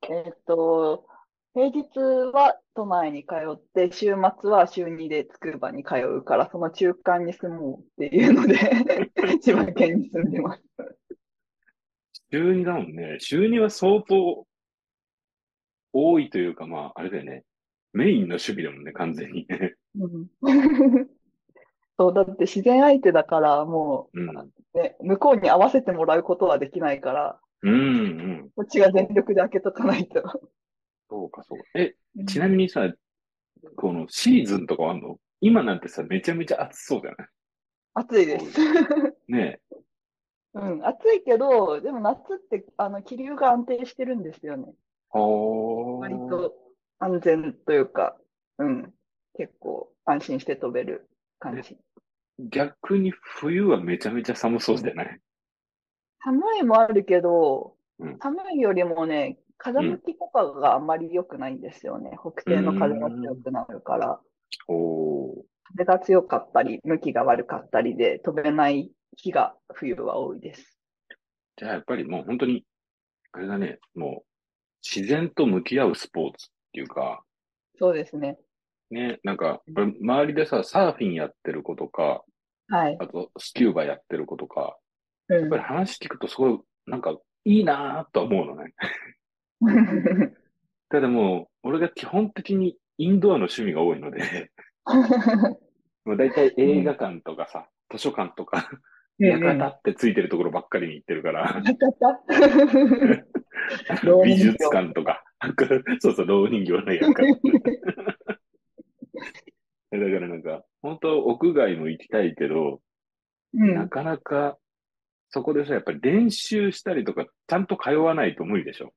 Speaker 2: えっと、平日は都内に通って、週末は週2でつくばに通うから、その中間に住もうっていう ので千葉県に住んでます。
Speaker 1: た。週2だもんね。週2は相当多いというか、まあ、あれだよね。メインの趣味だもんね、完全にね。
Speaker 2: うん そう、だって自然相手だから、も
Speaker 1: うん。
Speaker 2: う、ね、向こうに合わせてもらうことはできないから、
Speaker 1: うん、うん。
Speaker 2: こっちが全力で開けとかないと。
Speaker 1: そうか、そうか。え、ちなみにさ、このシーズンとかはあんの今なんてさ、めちゃめちゃ暑そうじゃない
Speaker 2: 暑いです。
Speaker 1: ねえ。
Speaker 2: うん、暑いけど、でも夏ってあの気流が安定してるんですよね。
Speaker 1: あー
Speaker 2: 割と安全というか、うん、結構安心して飛べる感じ。
Speaker 1: 逆に冬はめちゃめちゃ寒そうじゃない
Speaker 2: 寒いもあるけど
Speaker 1: うん、
Speaker 2: 寒いよりもね、風向きとかがあんまり良くないんですよね。北西の風が強くなるから。
Speaker 1: おー
Speaker 2: 風が強かったり、向きが悪かったりで飛べない日が冬は多いです。
Speaker 1: じゃあやっぱりもう本当に、あれだね、もう自然と向き合うスポーツっていうか、
Speaker 2: そうですね。
Speaker 1: ね、なんか、俺周りでさ、サーフィンやってる子とか、
Speaker 2: はい。
Speaker 1: あとスキューバやってる子とか、
Speaker 2: う
Speaker 1: やっ
Speaker 2: ん
Speaker 1: ぱり話聞くとすごい、なんか、いいなぁとは思うのね。ただもう、俺が基本的にインドアの趣味が多いので、 もう大体映画館とかさ、図書館とか、 館ってついてるところばっかりに行ってるから、
Speaker 2: 館老
Speaker 1: 美
Speaker 2: 人形
Speaker 1: 術館とか、 そうそう、老人形の館。だからなんか、本当は屋外も行きたいけど、
Speaker 2: う、
Speaker 1: なんかなか、そこでさ、やっぱり練習したりとか、ちゃんと通わないと無理でしょ。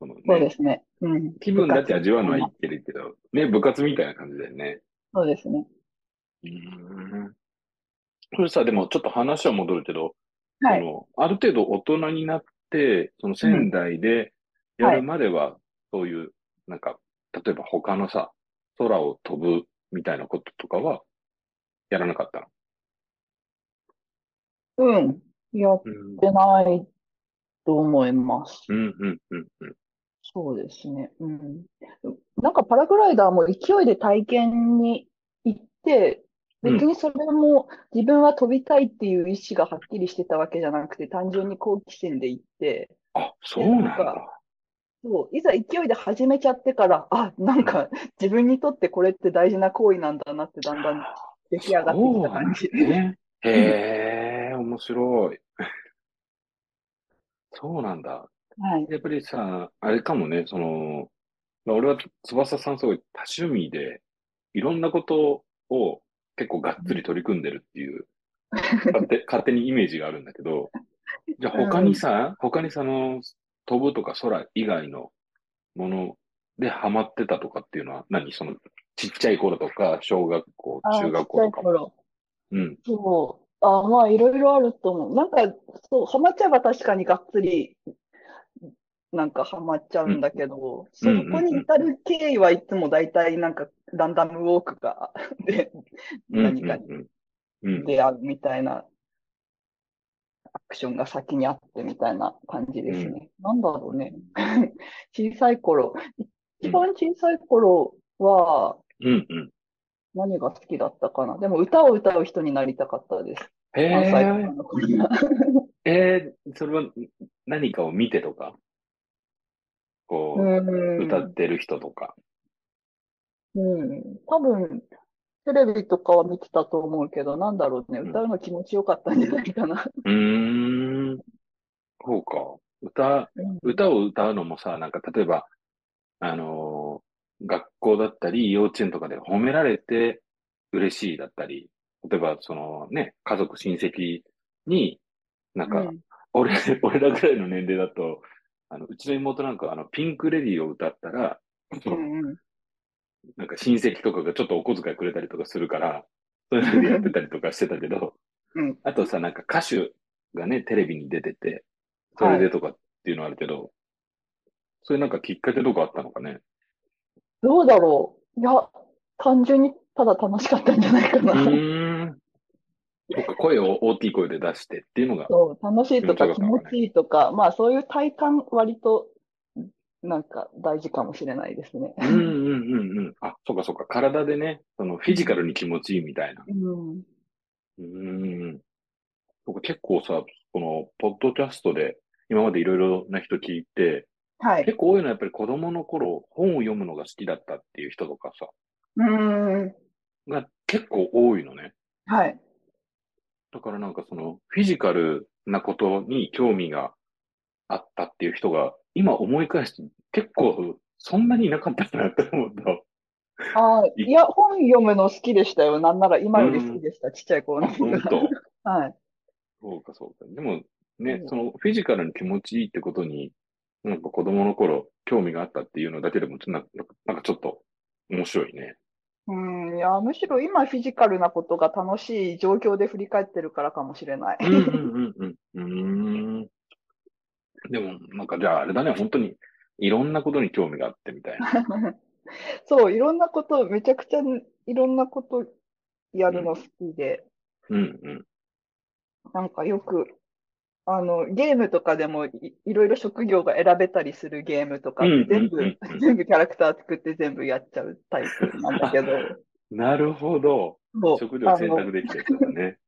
Speaker 1: そのね
Speaker 2: そうですね。うん、
Speaker 1: 気分だって味わうのは言ってるけど、ね、部活みたいな感じだよね。
Speaker 2: そうですね。
Speaker 1: うん。これさ、でもちょっと話は戻るけど、
Speaker 2: は
Speaker 1: あ
Speaker 2: い。
Speaker 1: の、ある程度大人になって、その仙台でやるまでは、そういう、なんか、例えば他のさ、空を飛ぶみたいなこととかは、やらなかったの。
Speaker 2: うん。やっ
Speaker 1: うん
Speaker 2: てないと思います。
Speaker 1: うん、うん、うん、うん。
Speaker 2: そうですね。うん。なんかパラグライダーも勢いで体験に行って、
Speaker 1: うん
Speaker 2: 別にそれも自分は飛びたいっていう意思がはっきりしてたわけじゃなくて、単純に好奇心で行って、
Speaker 1: あ、そうなん
Speaker 2: なん
Speaker 1: だ。
Speaker 2: そう、いざ勢いで始めちゃってから、あ、なんか自分にとってこれって大事な行為なんだなってだんだん出来上がってきた感じ。
Speaker 1: そうなんだね。へえ、面白い。そうなんだ。
Speaker 2: はい。
Speaker 1: やっぱりさ、あれかもね、その、まあ俺は翼さんすごい多趣味で、いろんなことを結構がっつり取り組んでるっていう、勝手、勝手にイメージがあるんだけど、じゃあ他にさ、他にその、飛ぶとか空以外のものでハマってたとかっていうのは何その、ちっちゃい頃とか、小学校、
Speaker 2: あ
Speaker 1: 中
Speaker 2: ー、ちっ
Speaker 1: 学
Speaker 2: ちゃ
Speaker 1: 校
Speaker 2: い
Speaker 1: とかも。
Speaker 2: 頃。
Speaker 1: うん。
Speaker 2: そう。あー、まあ、いろいろあると思う。なんか、そう、ハマっちゃえば確かにがっつり、なんかハマっちゃうんだけど、そ
Speaker 1: うんうんうん
Speaker 2: こに至る経緯はいつも大体なんかランダムウォークが、 で、
Speaker 1: うん
Speaker 2: 何かに
Speaker 1: うんうん。うん
Speaker 2: 出会うみたいな、アクションが先にあってみたいな感じですね。なんだろうね。 小さい頃、一番小さい頃は
Speaker 1: うんうん。
Speaker 2: 何が好きだったかな。でも歌を歌う人になりたかったです。
Speaker 1: へ
Speaker 2: 3歳とか
Speaker 1: え、
Speaker 2: の頃には。
Speaker 1: えー、それはん何かを見てとか、こう、
Speaker 2: うん。
Speaker 1: 歌ってる人とか。
Speaker 2: うん。多分、テレビとかは見てたと思うけど、なんだろうね。
Speaker 1: うん
Speaker 2: 歌うの気持ちよかったんじゃないかな。
Speaker 1: うーん、そうか。歌、歌を歌うのもさ、なんか例えば、あのー学校だったり、幼稚園とかで褒められて嬉しいだったり、例えば、そのね、家族、親戚に、なんか、
Speaker 2: うん
Speaker 1: 俺、 俺らぐらいの年齢だと、あの、うちの妹なんか、あの、ピンクレディーを歌ったら、
Speaker 2: うんうん。
Speaker 1: なんか親戚とかがちょっとお小遣いくれたりとかするから、そういうのでやってたりとかしてたけど、
Speaker 2: うん
Speaker 1: あとさ、なんか歌手がね、テレビに出てて、それでとかっていうのあるけど、そういうなんかきっかけとかあったのか ね。
Speaker 2: どうだろう。いや、単純にただ楽しかったんじゃないか
Speaker 1: う
Speaker 2: な。
Speaker 1: ーん。そっか、声を大きい声で出してっていうのが、
Speaker 2: そう、楽しいとか
Speaker 1: 気持ちよかった
Speaker 2: 気持
Speaker 1: のかね
Speaker 2: ちいいとか、まあそういう体感割と、なんか大事かもしれないですね。
Speaker 1: うんうんうんうん。あ、そっかそっか、体でね、そのフィジカルに気持ちいいみたいな。
Speaker 2: うん。
Speaker 1: うーん。僕結構さ、この、ポッドキャストで、今までいろいろな人聞いて、
Speaker 2: はい。
Speaker 1: 結構多いのはやっぱり子供の頃、本を読むのが好きだったっていう人とかさ、
Speaker 2: うん。
Speaker 1: が結構多いのね。
Speaker 2: はい。
Speaker 1: だからなんかその、フィジカルなことに興味があったっていう人が、今思い返して、結構、そんなにいなかったなって思った。
Speaker 2: ああ、いや、本読むの好きでしたよ。なんなら今より好きでした。ちっちゃい頃の方
Speaker 1: 本
Speaker 2: が。
Speaker 1: 当。
Speaker 2: はい。
Speaker 1: そうか、そうか。でも、ね
Speaker 2: う、ん
Speaker 1: そのフィジカルに気持ちいいってことに、なんか子供の頃、興味があったっていうのだけでも、ちょっとなんかなんかちょっと面白いね。
Speaker 2: うん、いや、むしろ今フィジカルなことが楽しい状況で振り返ってるからかもしれない。
Speaker 1: うんうんうんうん。うーん。でも、なんかじゃああれだね、本当に、いろんなことに興味があってみたいな。
Speaker 2: そう、いろんなことめちゃくちゃいろんなことやるの好きで、
Speaker 1: うんうん。
Speaker 2: なんかよく、あの、ゲームとかでもい、いろいろ職業が選べたりするゲームとか、
Speaker 1: うんうんうん
Speaker 2: 全
Speaker 1: う
Speaker 2: 部
Speaker 1: ん、
Speaker 2: 全部キャラクター作って全部やっちゃうタイプなんだけ ど、
Speaker 1: なるほど。
Speaker 2: そう、
Speaker 1: 食料選
Speaker 2: あの
Speaker 1: 択できちゃったからね。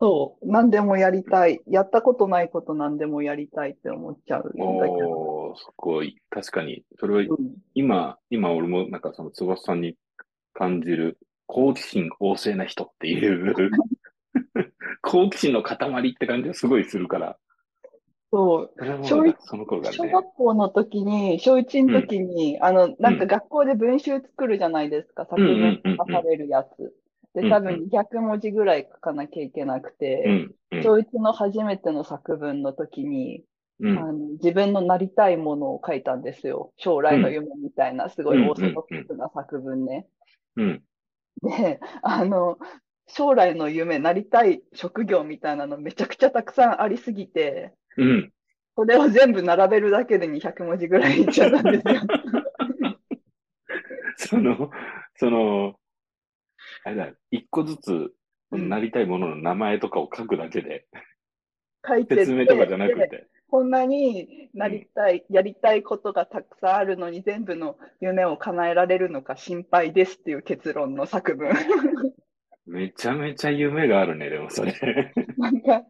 Speaker 2: そう、何でもやりたい。やったことないこと何でもやりたいって思っちゃうんだけど、
Speaker 1: おー、すごい。確かに。それは
Speaker 2: うん
Speaker 1: 今、今俺もなんかその翼さんに感じる好奇心旺盛な人っていう、 好奇心の塊って感じがすごいするから。
Speaker 2: そう、
Speaker 1: それはもう
Speaker 2: 小一
Speaker 1: その頃が
Speaker 2: 小
Speaker 1: ね。
Speaker 2: 学校の時に、小1の時に、あの、なんか学校で文集作るじゃないですか、作
Speaker 1: うん
Speaker 2: 文
Speaker 1: うんうんうん
Speaker 2: 書かれるやつ。
Speaker 1: うんう
Speaker 2: で、
Speaker 1: ん
Speaker 2: 多分200文字ぐらい書かなきゃいけなく
Speaker 1: う
Speaker 2: て、
Speaker 1: ん、うん、
Speaker 2: 小1の初めての作文の時に、
Speaker 1: う
Speaker 2: あ
Speaker 1: ん、
Speaker 2: の、自分のなりたいものを書いたんですよ。将来の夢みたいな、すごいオーソドックスな作文ね。
Speaker 1: うん。
Speaker 2: で、あの、将来の夢、なりたい職業みたいなのめちゃくちゃたくさんありすぎて、
Speaker 1: うん。
Speaker 2: それを全部並べるだけで200文字ぐらいいっちゃったんですよ。
Speaker 1: その、その、あれだ、一個ずつ、
Speaker 2: うん
Speaker 1: なりたいものの名前とかを書くだけで、
Speaker 2: 書いて
Speaker 1: 説明とかじゃな
Speaker 2: て
Speaker 1: くて。
Speaker 2: こんなになりたい、やりたいことがたくさんあるのに全部の夢を叶えられるのか心配ですっていう結論の作 文。
Speaker 1: めちゃめちゃ夢があるね、でもそれ。
Speaker 2: なんか、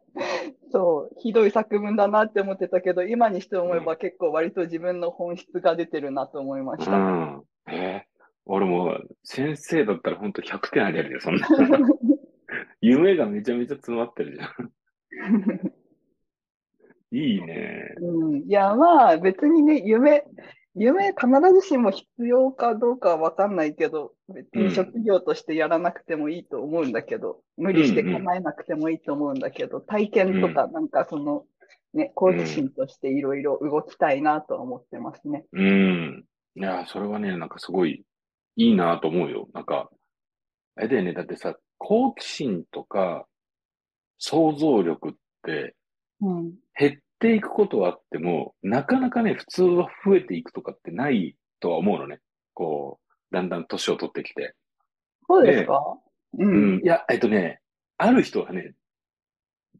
Speaker 2: そう、ひどい作文だなって思ってたけど、今にして思えば結構割と自分の本質が出てるなと思いまし
Speaker 1: う
Speaker 2: た。
Speaker 1: ん。えー俺もう先生だったらほんと100点あげるよ、そんな。夢がめちゃめちゃ詰まってるじゃん。いいね。
Speaker 2: うん、いや、まあ別にね、夢、夢必ずしも必要かどうかはわかんないけど、別
Speaker 1: う
Speaker 2: に
Speaker 1: ん
Speaker 2: 職業としてやらなくてもいいと思うんだけど、無理して構えなくてもいいと思うんだけど、体験とかなんかその、ね、好奇心としていろいろ動きたいなとは思ってますね。
Speaker 1: うん。いや、それはね、なんかすごいいいなと思うよ。なんか、あれだよね、だってさ、好奇心とか想像力って
Speaker 2: うん。
Speaker 1: 減っていくことはあっても、なかなかね、普通は増えていくとかってないとは思うのね。こう、だんだん年を取ってきて。
Speaker 2: そうですかう。
Speaker 1: うんん。いや、えっとね、ある人はね、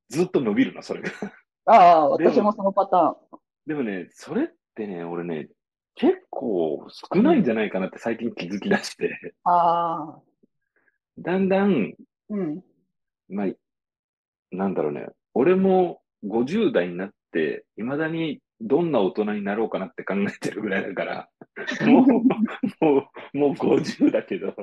Speaker 1: ずっと伸びるの、それが。
Speaker 2: ああ、
Speaker 1: でも
Speaker 2: 私もそのパターン。
Speaker 1: でもね、それってね、俺ね、結構少ないんじゃないかなって最近気づき出して、
Speaker 2: ああ、
Speaker 1: だんだん、
Speaker 2: うん。
Speaker 1: まあ、なんだろうね、俺も50代になって、未だにどんな大人になろうかなって考えてるぐらいだから、もう、もう、もう50だけど、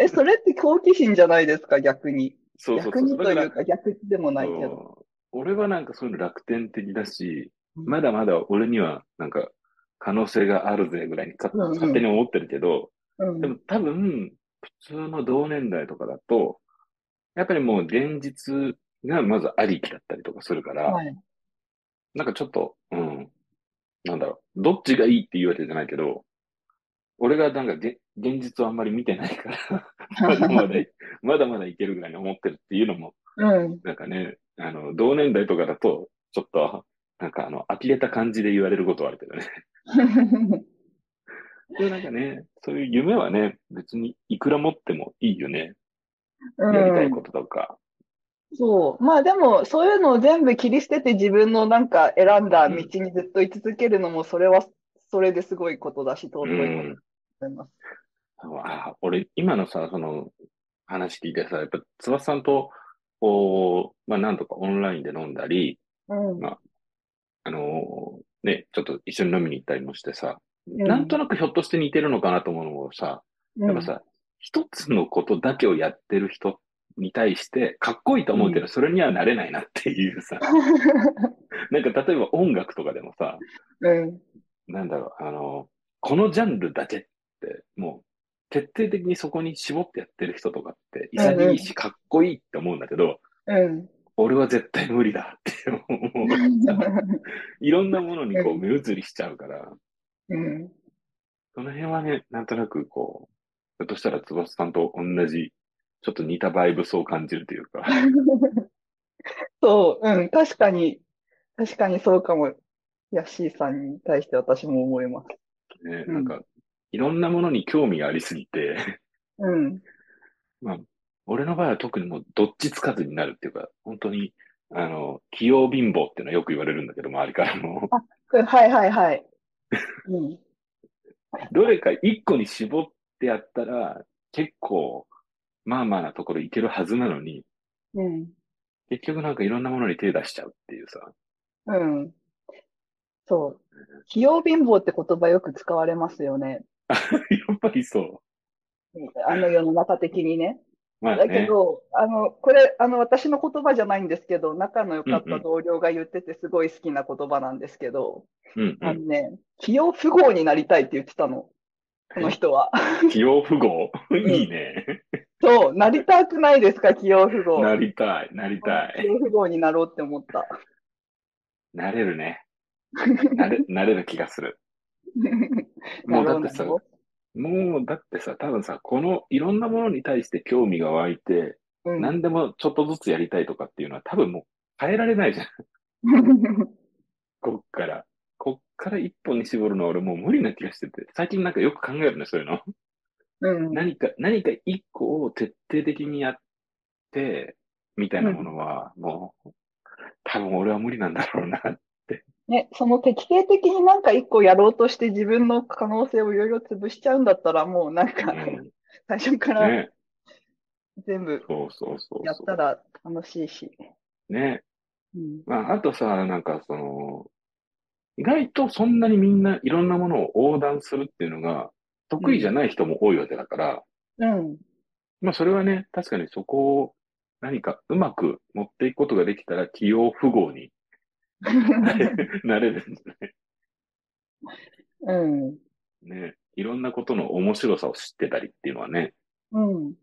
Speaker 2: え、それって好奇心じゃないですか、逆に。
Speaker 1: そうそう
Speaker 2: 逆
Speaker 1: そ
Speaker 2: に
Speaker 1: う。だ
Speaker 2: と
Speaker 1: か
Speaker 2: い
Speaker 1: ら
Speaker 2: う、か、逆でもないけど。
Speaker 1: そう俺はなんかそういうの楽天的だし、
Speaker 2: うん
Speaker 1: まだまだ俺にはなんか可能性があるぜぐらいにか
Speaker 2: うんうん
Speaker 1: 勝手に思ってるけど、
Speaker 2: うん
Speaker 1: でも多分、普通の同年代とかだと、やっぱりもう現実がまずありきだったりとかするから、
Speaker 2: はい。
Speaker 1: なんかちょっと、うん、なんだろう、どっちがいいっていうわけじゃないけど、俺がなんかげ現実をあんまり見てないから、 まだまだ、まだまだいけるぐらいに思ってるっていうのも、
Speaker 2: うん。
Speaker 1: なんかね、あの、同年代とかだと、ちょっと、なんかあの、呆れた感じで言われることはあるけどね。 でもなんかね、そういう夢はね、別にいくら持ってもいいよね。
Speaker 2: う
Speaker 1: やりたい
Speaker 2: ん
Speaker 1: こ、ととか。
Speaker 2: そう。まあでも、そういうのを全部切り捨てて自分のなんか選んだ道にずっと居続けるのも、それは、それですごいことだし、
Speaker 1: う
Speaker 2: 尊いことだ
Speaker 1: ん。
Speaker 2: と思います。
Speaker 1: ああ、俺、今のさ、その、話聞いてさ、やっぱ、つばさんと、こう、まあ、なんとかオンラインで飲んだり、
Speaker 2: うん。
Speaker 1: まあのーね、ちょっと一緒に飲みに行ったりもしてさ、
Speaker 2: うん
Speaker 1: なんとなくひょっとして似てるのかなと思うのをさ、やっぱさ、一つのことだけをやってる人に対して、かっこいいと思うけど、それにはなれないなっていうさ、 なんか例えば音楽とかでもさ、
Speaker 2: うん。
Speaker 1: なんだろう、あの、このジャンルだけって、もう、徹底的にそこに絞ってやってる人とかって、潔いし、かっこいいって思うんだけど、
Speaker 2: うん。
Speaker 1: 俺は絶対無理だって、もう、 いろんなものにこう、
Speaker 2: うん
Speaker 1: 目移りしちゃうから、
Speaker 2: うん。
Speaker 1: その辺はね、なんとなくこう、ひょっとしたら翼さんと同じ、ちょっと似たバイブスを感じるというか、
Speaker 2: そう、うん。確かに、確かにそうかも。ヤッシーさんに対して私も思います。
Speaker 1: ね、
Speaker 2: うん
Speaker 1: なんか、いろんなものに興味がありすぎて、
Speaker 2: うん。
Speaker 1: まあ、俺の場合は特にもうどっちつかずになるっていうか、本当に、あの、器用貧乏っていうのはよく言われるんだけど、周りからも。
Speaker 2: はいはいはい。うん。
Speaker 1: どれか一個に絞ってやったら、結構、まあまあなところいけるはずなのに、
Speaker 2: うん。
Speaker 1: 結局なんかいろんなものに手出しちゃうっていうさ。
Speaker 2: うん。そう。器用貧乏って言葉よく使われますよね。
Speaker 1: やっぱりそ
Speaker 2: あの世の中的にね。
Speaker 1: う。まあ
Speaker 2: だけ
Speaker 1: ね。
Speaker 2: ど、あの、これ、あの、私の言葉じゃないんですけど、仲の良かっ
Speaker 1: うんう
Speaker 2: た
Speaker 1: ん
Speaker 2: 同僚が言っててすごい好きな言葉なんですけど、
Speaker 1: うんう
Speaker 2: あの
Speaker 1: ん。
Speaker 2: ね、器用富豪になりたいって言ってたの。この人は。
Speaker 1: 器用富豪
Speaker 2: ん
Speaker 1: いいね。
Speaker 2: そう、なりたくないですか、器用富豪。
Speaker 1: なりたい、なりた
Speaker 2: 器
Speaker 1: い。
Speaker 2: 用富豪になろうって思った。
Speaker 1: なれるね。なれ、なれる気がする。もうだってさ
Speaker 2: なろ
Speaker 1: もうだってさ、多分さ、このいろんなものに対して興味が湧いて、
Speaker 2: うなろ
Speaker 1: 何でもちょっとずつやりたいとかっていうのは多分もう変えられないじゃん。
Speaker 2: うん。
Speaker 1: こっから。こっから一本に絞るのは俺もう無理な気がしてて。最近なんかよく考えるね、そういうの。
Speaker 2: うん。
Speaker 1: 何か、何か一個を徹底的にやって、みたいなものは、もう、多分俺は無理なんだろうな。
Speaker 2: ね、その適正的になんか一個やろうとして自分の可能性をいろいろ潰しちゃうんだったら、もうなんか、
Speaker 1: う
Speaker 2: 最初か
Speaker 1: ん、
Speaker 2: ら
Speaker 1: ね。
Speaker 2: 全部
Speaker 1: そうそうそう
Speaker 2: やっ
Speaker 1: そ
Speaker 2: たら楽しいし。
Speaker 1: う。ね。
Speaker 2: うん。
Speaker 1: まあ、あとさ、なんかその、意外とそんなにみんないろんなものを横断するっていうのが得意じゃない人も多いわけだから、
Speaker 2: うん。
Speaker 1: まあそれはね、確かにそこを何かうまく持っていくことができたら起用富豪に なれるんじゃ
Speaker 2: うん。
Speaker 1: ないね。いろんなことの面白さを知ってたりっていうのはね。
Speaker 2: うん。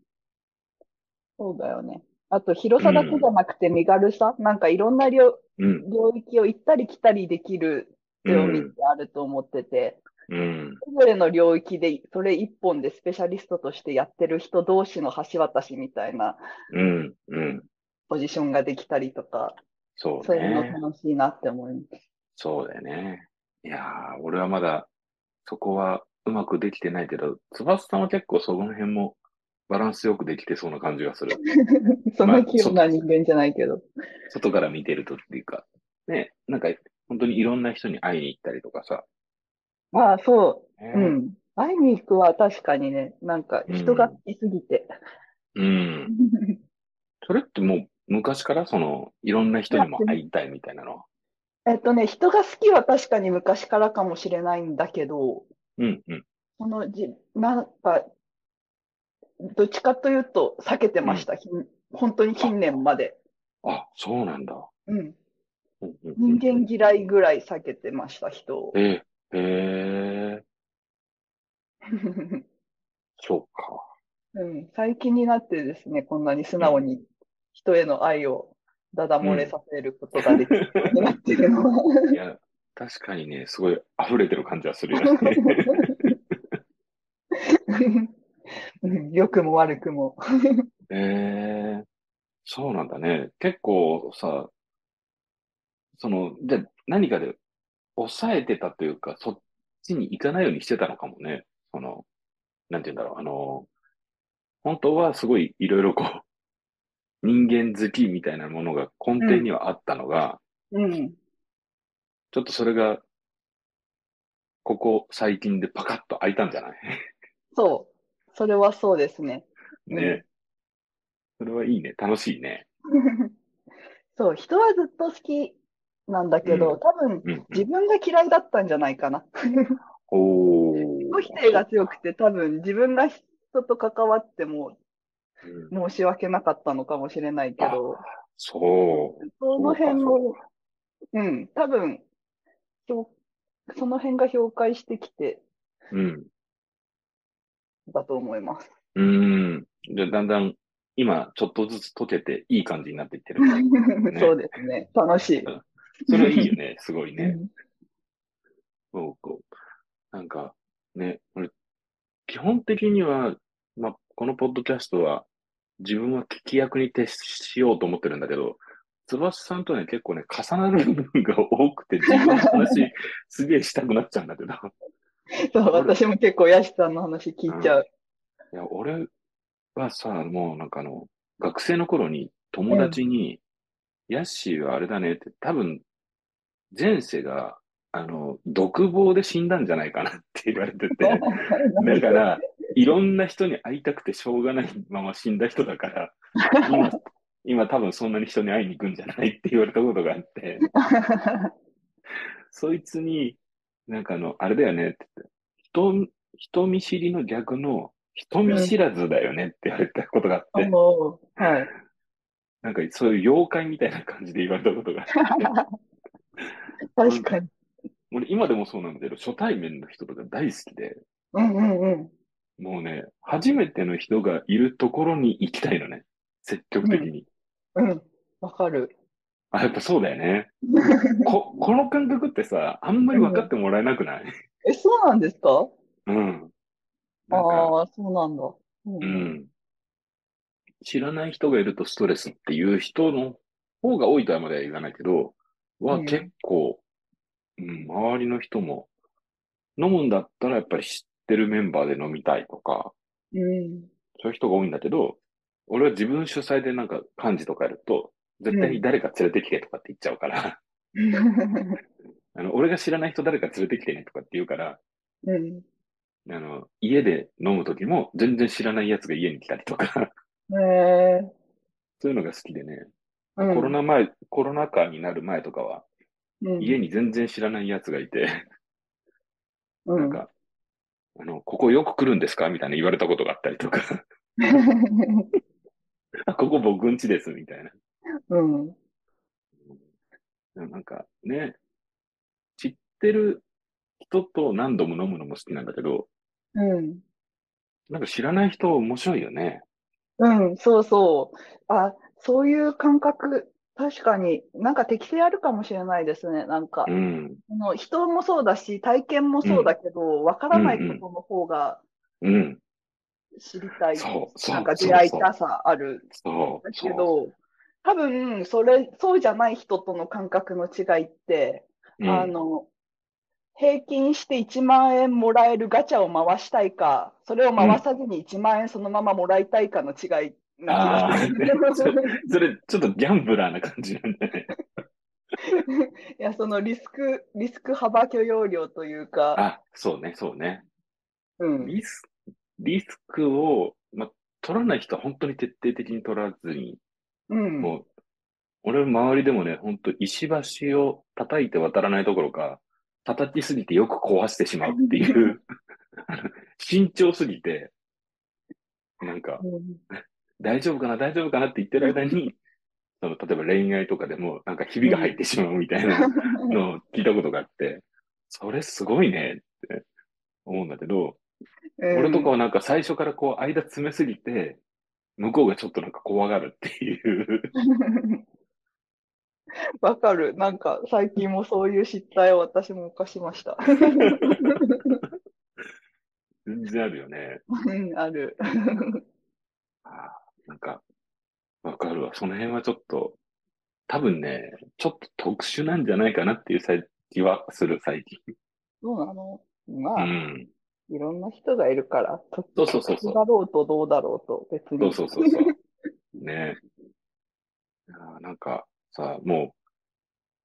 Speaker 2: そうだよね。あと、広さだけじゃなくて身軽さ、なんかいろんな領、
Speaker 1: うん、
Speaker 2: 領域を行ったり来たりできる
Speaker 1: う
Speaker 2: 領域っ
Speaker 1: ん、
Speaker 2: てあると思ってて、
Speaker 1: うん。
Speaker 2: それぞれの領域で、それ一本でスペシャリストとしてやってる人同士の橋渡しみたいな
Speaker 1: うん、うん。
Speaker 2: ポジションができたりとか、
Speaker 1: そう
Speaker 2: そういうの
Speaker 1: ね。
Speaker 2: 楽しいなって思い ます。
Speaker 1: そうだよね。いやー、俺はまだそこはうまくできてないけど、翼さんは結構その辺もバランスよくできてそうな感じがする。
Speaker 2: そん
Speaker 1: まあ
Speaker 2: な器用な人間じゃないけど。
Speaker 1: 外から見てるとっていうか、ね、なんか本当にいろんな人に会いに行ったりとかさ。
Speaker 2: ああ、そうう。うん。会いに行くは確かにね、なんか人がいすぎて。
Speaker 1: うん。それってもう昔からその、いろんな人にも会いたいみたいなのは。
Speaker 2: えっとね、人が好きは確かに昔からかもしれないんだけど、
Speaker 1: うんうん。
Speaker 2: そのじ、なんか、どっちかというと避けてました。ひん本当に近年まで。
Speaker 1: あ、そうなんだ。
Speaker 2: うん。
Speaker 1: うんうんうん
Speaker 2: 人間嫌いぐらい避けてました、人を。
Speaker 1: ええ、ええ、そうか。
Speaker 2: うん、最近になってですね、こんなに素直に人への愛をだだ漏れさせることができるようになってるのは。
Speaker 1: いや、確かにね、すごい溢れてる感じはするよね。
Speaker 2: うん良くも悪くも。
Speaker 1: ええ、そうなんだね。結構さ、その、じゃあ何かで抑えてたというか、そっちに行かないようにしてたのかもね。その、なんて言うんだろう。あの、本当はすごいいろいろこう、 人間好きみたいなものが根底にはあったのが、
Speaker 2: うん。
Speaker 1: ちょっとそれが、ここ最近でパカッと開いたんじゃない
Speaker 2: そう。それはそうですね。
Speaker 1: ね。それはいいね。楽しいね。
Speaker 2: そう、人はずっと好きなんだけ
Speaker 1: う
Speaker 2: ど、
Speaker 1: ん
Speaker 2: 多分
Speaker 1: うんうん。
Speaker 2: 自分が嫌いだったんじゃないかな。
Speaker 1: お
Speaker 2: 自
Speaker 1: ー。
Speaker 2: 己否定が強くて、多分自分が人と関わっても
Speaker 1: うん
Speaker 2: 申し訳なかったのかもしれないけど、
Speaker 1: そう。
Speaker 2: その辺
Speaker 1: そう
Speaker 2: を、うん、多分、ひょその辺が評価してきて
Speaker 1: うん。
Speaker 2: だと思います。
Speaker 1: うん。で、だんだん、今、ちょっとずつ溶けて、いい感じになってい ってる。
Speaker 2: そうですね。楽しい。
Speaker 1: それはいいよ ね。すごいうね。
Speaker 2: ん
Speaker 1: そうこう。なんか、ね、俺、基本的には、まあ、このポッドキャストは、自分は聞き役に徹しようと思ってるんだけど、翼さんとね、結構ね、重なる部分が多くて、自分の 話、すげえしたくなっちゃうんだけど。
Speaker 2: そう、私も結構ヤシさんの話聞いちゃう。
Speaker 1: いや、俺、はさ、もうなんかあの、学生の頃に友達に、ヤッシーはあれだねって、多分、前世が、あの、独房で死んだんじゃないかなって言われてて、だから、いろんな人に会いたくてしょうがないまま死んだ人だから、今、今多分そんなに人に会いに行くんじゃないって言われたことがあって、そいつに、なんかあの、あれだよねって言って、人、人見知りの逆の、人見知らずだよねって言われたことがあって、
Speaker 2: もう、はい。
Speaker 1: なんかそういう妖怪みたいな感じで言われたことがあって、
Speaker 2: 確かに。
Speaker 1: 俺今でもそうなんだけど、初対面の人とか大好きで、
Speaker 2: うんうんうん。
Speaker 1: もうね、初めての人がいるところに行きたいのね。積極的に。
Speaker 2: うん。わかる。
Speaker 1: あ、やっぱそうだよ ね。こ、この感覚ってさ、あんまり分かってもらえなくない
Speaker 2: え、そうなんですか
Speaker 1: うん。
Speaker 2: あ
Speaker 1: なんか、
Speaker 2: あー、そうなんだ。うん
Speaker 1: う
Speaker 2: うん
Speaker 1: ん。知らない人がいるとストレスっていう人の方が多いとはまでは言わないけど、は
Speaker 2: うん
Speaker 1: 結構、うん、周りの人も、飲むんだったらやっぱり知ってるメンバーで飲みたいとか、
Speaker 2: うん。
Speaker 1: そういう人が多いんだけど、俺は自分主催でなんか幹事とかやると、絶対に誰か連れてきてとかって言っちゃうから、 あの、俺が知らない人誰か連れてきてねとかって言うから、
Speaker 2: うん。
Speaker 1: あの、家で飲むときも全然知らない奴が家に来たりとか、
Speaker 2: えー、
Speaker 1: そういうのが好きでね、
Speaker 2: う
Speaker 1: コ
Speaker 2: ん
Speaker 1: ロナ前、コロナ禍になる前とかは、
Speaker 2: うん、
Speaker 1: 家に全然知らない奴がいて、
Speaker 2: う
Speaker 1: なん
Speaker 2: ん。
Speaker 1: か、あの、ここよく来るんですかみたいな言われたことがあったりと か、あここ僕ん家です、みたいな。
Speaker 2: うん。
Speaker 1: でもなんかね、知ってる人と何度も飲むのも好きなんだけど、
Speaker 2: うん。
Speaker 1: なんか知らない人面白いよね。
Speaker 2: うん、そうそう。あ、そういう感覚、確かに、なんか適性あるかもしれないですね。なんか
Speaker 1: う、ん。
Speaker 2: その人もそうだし、体験もそうだけど、わからないことの方が
Speaker 1: うん。
Speaker 2: 知りたい。
Speaker 1: そうそう
Speaker 2: なんか
Speaker 1: そう
Speaker 2: 出会いたさある。
Speaker 1: そう。
Speaker 2: だけど、多分、それ、そうじゃない人との感覚の違いって、
Speaker 1: そう、うん
Speaker 2: あの、平均して1万円もらえるガチャを回したいか、それを回さずに1万円そのままもらいたいかの違いな気がする。
Speaker 1: あー それ、ちょっとギャンブラーな感じなんだね。
Speaker 2: いや、そのリスク、リスク幅許容量というか、
Speaker 1: あ、そうね、そうね。
Speaker 2: うん、
Speaker 1: リス、リスクを、ま、取らない人は本当に徹底的に取らずに、
Speaker 2: うん、
Speaker 1: もう、俺の周りでもね、本当石橋を叩いて渡らないどころか、叩きすぎてよく壊してしまうって いう、あの慎重すぎて、なんか、
Speaker 2: うん
Speaker 1: 大丈夫かな、大丈夫かなって言ってる間に、その例えば恋愛とかでも、なんかひびが入ってしまうみたいなのを聞いたことがあって、それすごいねって思うんだけど、俺とかはなんか最初からこう間詰めすぎて、向こうがちょっとなんか怖がるっていう。
Speaker 2: うん わかる。なんか最近もそういう失態を私も犯し ました。
Speaker 1: 全然あるよね。
Speaker 2: うん、ある。
Speaker 1: あーなんか、わかるわ。その辺はちょっと、多分ね、ちょっと特殊なんじゃないかなっていう最気はする、最近。
Speaker 2: どうなの
Speaker 1: う
Speaker 2: まあ、
Speaker 1: ん。
Speaker 2: いろんな人がいるから、と
Speaker 1: そうそうそうそう
Speaker 2: だ。ろうとどうだろうと、別
Speaker 1: そ
Speaker 2: に。
Speaker 1: うそうそうそう。ねえ。あーなんかさ、もう、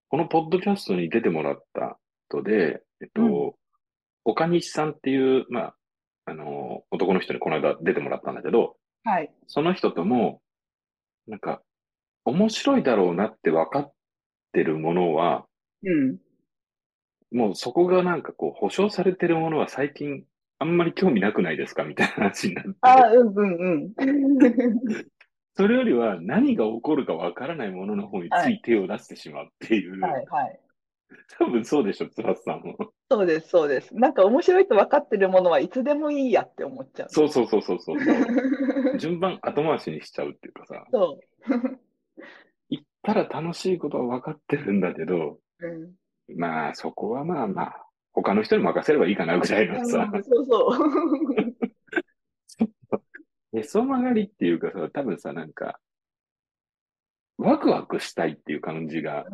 Speaker 1: このポッドキャストに出てもらった後で、えっと、
Speaker 2: うん
Speaker 1: 岡西さんっていう、まあ、あのー男の人にこの間出てもらったんだけど、
Speaker 2: はい。
Speaker 1: その人とも、なんか、面白いだろうなって分かってるものは、
Speaker 2: うん。
Speaker 1: もうそこがなんかこう、保証されてるものは最近、あんまり興味なくないですかみたいな話になって。
Speaker 2: あ、うんうんうん。
Speaker 1: それよりは何が起こるかわからないものの方につい手を出してしまうっていう、
Speaker 2: はいはい。
Speaker 1: 多分そうでしょ、つばさんも。
Speaker 2: そうです、そうです。なんか面白いと分かってるものはいつでもいいやって思っちゃう。
Speaker 1: そうそうそうそうそう。順番後回しにしちゃうっていうかさ、
Speaker 2: そ
Speaker 1: 行ったら楽しいことは分かってるんだけど、
Speaker 2: う。うん。
Speaker 1: まあそこはまあまあ、他の人に任せればいいかなぐらいのさ、
Speaker 2: そうそう。
Speaker 1: へそ曲がりっていうかさ、多分さ、なんか、ワクワクしたいっていう感じが、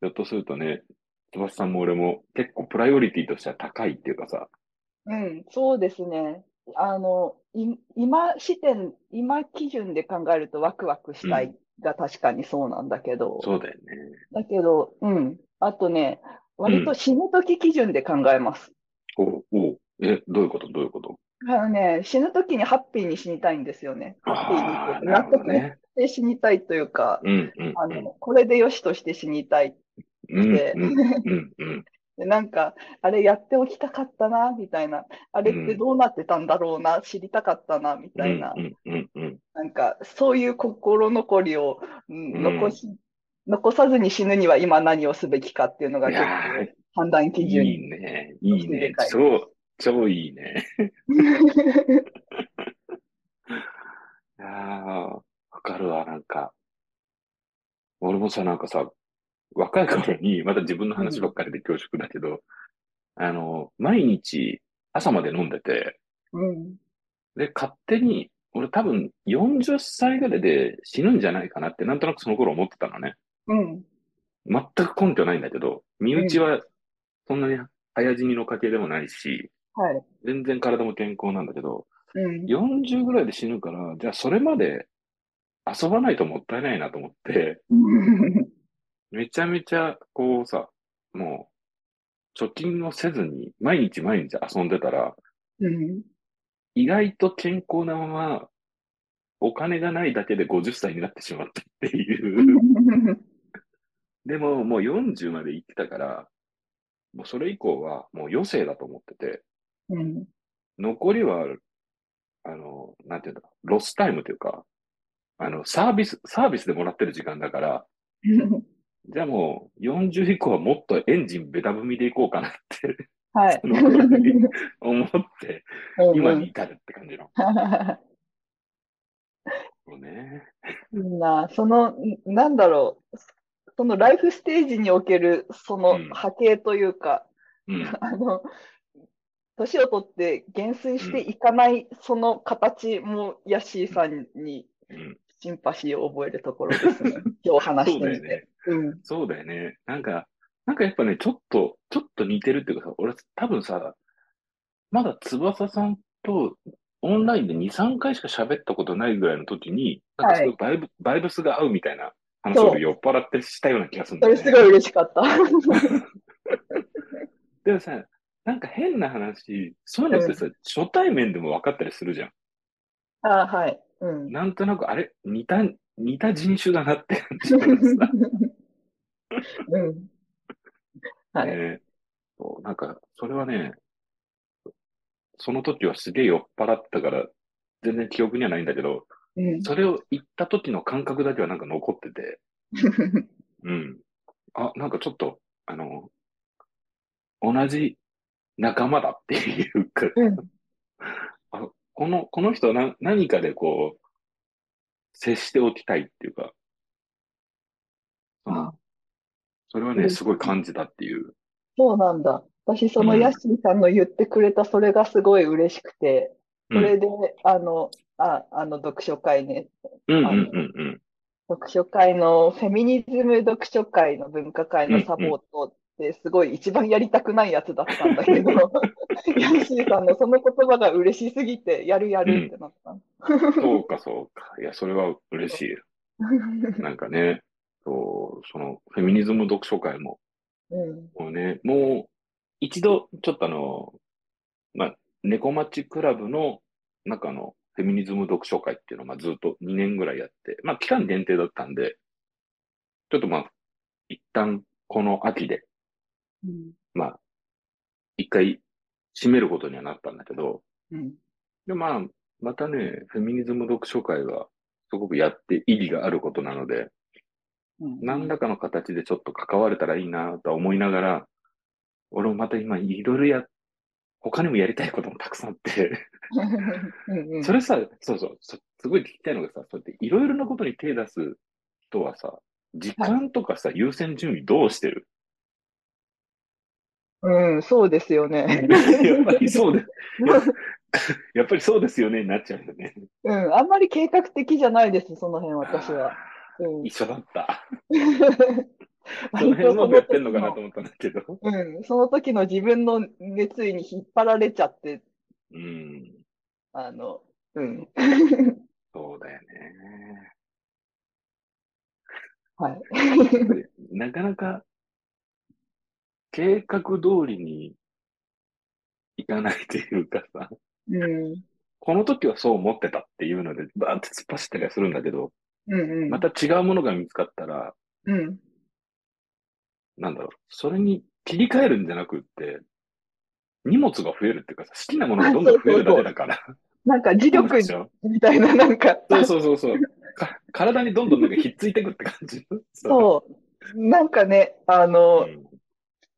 Speaker 1: ひょっとするとね、翼さんも俺も結構プライオリティとしては高いっていうかさ、
Speaker 2: うん、そうですね。あの、い今視点、今基準で考えるとワクワクしたいが確かにそうなんだけど、
Speaker 1: そうだよね。
Speaker 2: だけど、うん。あとね、割と死ぬ時基準で考えます。
Speaker 1: おうおうえ、どういうことどういうこと
Speaker 2: あのね、死ぬ時にハッピーに死にたいんですよね。ハッピーに
Speaker 1: ああ、
Speaker 2: っ
Speaker 1: なる
Speaker 2: て納
Speaker 1: ほど
Speaker 2: 得
Speaker 1: ね。
Speaker 2: して死にたいというか、
Speaker 1: うんうん
Speaker 2: あの、これでよしとして死にたい。
Speaker 1: うん。うん
Speaker 2: で
Speaker 1: うんうんうん。
Speaker 2: でなんか、あれやっておきたかったな、みたいな。あれっ
Speaker 1: う
Speaker 2: て
Speaker 1: ん
Speaker 2: どうなってたんだろうな、知りたかったな、みたいな
Speaker 1: う。んうんうんうん。
Speaker 2: なんか、そういう心残りを、うん
Speaker 1: うん
Speaker 2: 残し、残さずに死ぬには今何をすべきかっていうのが
Speaker 1: い
Speaker 2: 結構
Speaker 1: や
Speaker 2: 判断基準。
Speaker 1: いいね。いい
Speaker 2: そしてで
Speaker 1: ね
Speaker 2: か。い
Speaker 1: 超、超いいね。ああ、わかるわ、なんか。俺もさ、なんかさ、若い頃に、また自分の話ばっかりで恐縮だけど、あの、毎日朝まで飲んでて、
Speaker 2: うん。
Speaker 1: で、勝手に、俺多分40歳ぐらいで死ぬんじゃないかなって、なんとなくその頃思ってたのね。
Speaker 2: うん。
Speaker 1: 全く根拠ないんだけど、身内はそんなに早死にの家系でもないし、
Speaker 2: はい。
Speaker 1: 全然体も健康なんだけど、
Speaker 2: うん。
Speaker 1: 40ぐらいで死ぬから、じゃあそれまで遊ばないともったいないなと思って、めちゃめちゃ、こうさ、もう、貯金をせずに、毎日毎日遊んでたら、
Speaker 2: うん。
Speaker 1: 意外と健康なまま、お金がないだけで50歳になってしまったっていう。でも、もう40まで生きたから、もうそれ以降は、もう余生だと思ってて、
Speaker 2: うん。
Speaker 1: 残りは、あの、なんていうんだ、ロスタイムというか、あの、サービス、サービスでもらってる時間だから、じゃあもう40以降はもっとエンジンベタ踏みでいこうかなって
Speaker 2: はい。
Speaker 1: 思って、
Speaker 2: うん
Speaker 1: 今に至るって感じの。そうね。
Speaker 2: うんな、その、なんだろう、そのライフステージにおける、その
Speaker 1: うん
Speaker 2: 波形というか、
Speaker 1: うん。
Speaker 2: あの、年を取って減衰していかない、その形も、ヤッシーさんに
Speaker 1: うん、
Speaker 2: シンパシーを覚えるところです ね。今日
Speaker 1: そ
Speaker 2: 話し
Speaker 1: う
Speaker 2: て
Speaker 1: だ
Speaker 2: み
Speaker 1: よ
Speaker 2: て。
Speaker 1: ね。
Speaker 2: うん。
Speaker 1: そうだよね。なんか、なんかやっぱね、ちょっと、ちょっと似てるっていうかさ、俺多分さ、まだ翼さんとオンラインで2、3回しか喋ったことないぐらいの時に、なんかすごいバイブ、バイブスが合うみたいな話を
Speaker 2: そう
Speaker 1: 酔っ払ってしたような気がするん
Speaker 2: そ
Speaker 1: だよ
Speaker 2: れ
Speaker 1: ね。
Speaker 2: すごい嬉しかった。
Speaker 1: でもさ、なんか変な話、そういうのってさ、初対面でも分かったりするじゃん。
Speaker 2: あ、はい。うん。
Speaker 1: なんとなく、あれ、似た、似た人種だなって感じがさ
Speaker 2: うん。はい。
Speaker 1: ねそう、なんか、それはね、その時はすげえ酔っ払ったから、全然記憶にはないんだけど、
Speaker 2: うん。
Speaker 1: それを言った時の感覚だけはなんか残ってて、うん。あ、なんかちょっと、あの、同じ仲間だっていうか、
Speaker 2: うん。
Speaker 1: この、この人はな何かでこう、接しておきたいっていうか、その
Speaker 2: あ
Speaker 1: それは
Speaker 2: う
Speaker 1: ね、
Speaker 2: ん
Speaker 1: すごい感じたっていう。
Speaker 2: そうなんだ。私、その
Speaker 1: うん
Speaker 2: ヤッシーさんの言ってくれたそれがすごい嬉しくて、
Speaker 1: うん
Speaker 2: それで、あの、あ、あの、読書会ね、
Speaker 1: うんうんうんうん。
Speaker 2: 読書会のフェミニズム読書会の文化会のサポートってすごい一番やりたくないやつだったんだけど、ヤッシーさんのその言葉が嬉しすぎて、やるやるってなった。
Speaker 1: そうかそうか。いや、それは嬉しい。なんかね、そう、その、フェミニズム読書会も、
Speaker 2: うん。
Speaker 1: もうね、もう、一度、ちょっとあの、まあ、猫町クラブの中のフェミニズム読書会っていうのを、まあ、ずっと2年ぐらいやって、まあ、期間限定だったんで、ちょっとまあ、一旦、この秋で、
Speaker 2: うん。
Speaker 1: まあ、一回、閉めることにはなったんだけど、
Speaker 2: うん。
Speaker 1: で、まあ、またね、フェミニズム読書会は、すごくやって意義があることなので、
Speaker 2: うん。
Speaker 1: 何らかの形でちょっと関われたらいいなとは思いながら、俺もまた今いろいろや、他にもやりたいこともたくさんあって、
Speaker 2: うんうん
Speaker 1: それさ、そうそう、そすごい聞きたいのがさ、そうやっていろいろなことに手出す人はさ、時間とかさ、優先順位どうして る
Speaker 2: うん、そうですよね。
Speaker 1: やっぱりそうで、やっぱりそうですよね、になっちゃうよね。
Speaker 2: うん、あんまり計画的じゃないです、その辺、私は。うん
Speaker 1: あー。一緒だ った。 その
Speaker 2: 割と
Speaker 1: 辺
Speaker 2: その
Speaker 1: も
Speaker 2: 時
Speaker 1: やってんのかなと
Speaker 2: の
Speaker 1: 思ったんだけど。
Speaker 2: うん、その時の自分の熱意に引っ張られちゃって、
Speaker 1: うん。
Speaker 2: あの、うん。
Speaker 1: そうだよね。
Speaker 2: はい。
Speaker 1: なかなか、計画通りにいかないというかさ、
Speaker 2: うん。
Speaker 1: この時はそう思ってたっていうので、バーって突っ走ったりはするんだけど、
Speaker 2: うんうん。
Speaker 1: また違うものが見つかったら、
Speaker 2: うん。
Speaker 1: なんだろう、それに切り替えるんじゃなくって、荷物が増えるっていうかさ、好きなものがどんどん増えるだけだから。
Speaker 2: なん か磁
Speaker 1: そう
Speaker 2: 力
Speaker 1: でしょ
Speaker 2: みたいな、なんか、
Speaker 1: そうそうそうそう。か体にどんどんなんかひっついてくって感じ。
Speaker 2: そう。なんかね、あの、
Speaker 1: ん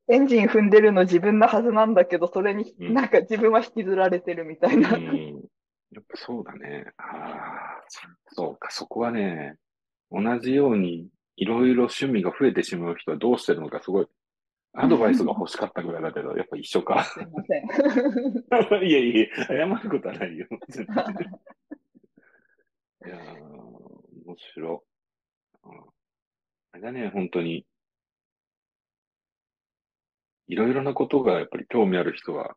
Speaker 2: エンジン踏んでるの自分のはずなんだけど、それに、
Speaker 1: うん
Speaker 2: なんか自分は引きずられてるみたいな。
Speaker 1: うんやっぱそうだね。ああ、そうか、そこはね、同じようにいろいろ趣味が増えてしまう人はどうしてるのかすごい、アドバイスが欲しかったぐらいだけど、やっぱ一緒か。
Speaker 2: すいません。
Speaker 1: いやいや、謝ることはないよ。 全然いやー、面白い。うんあれだね、本当に。いろいろなことがやっぱり興味ある人は、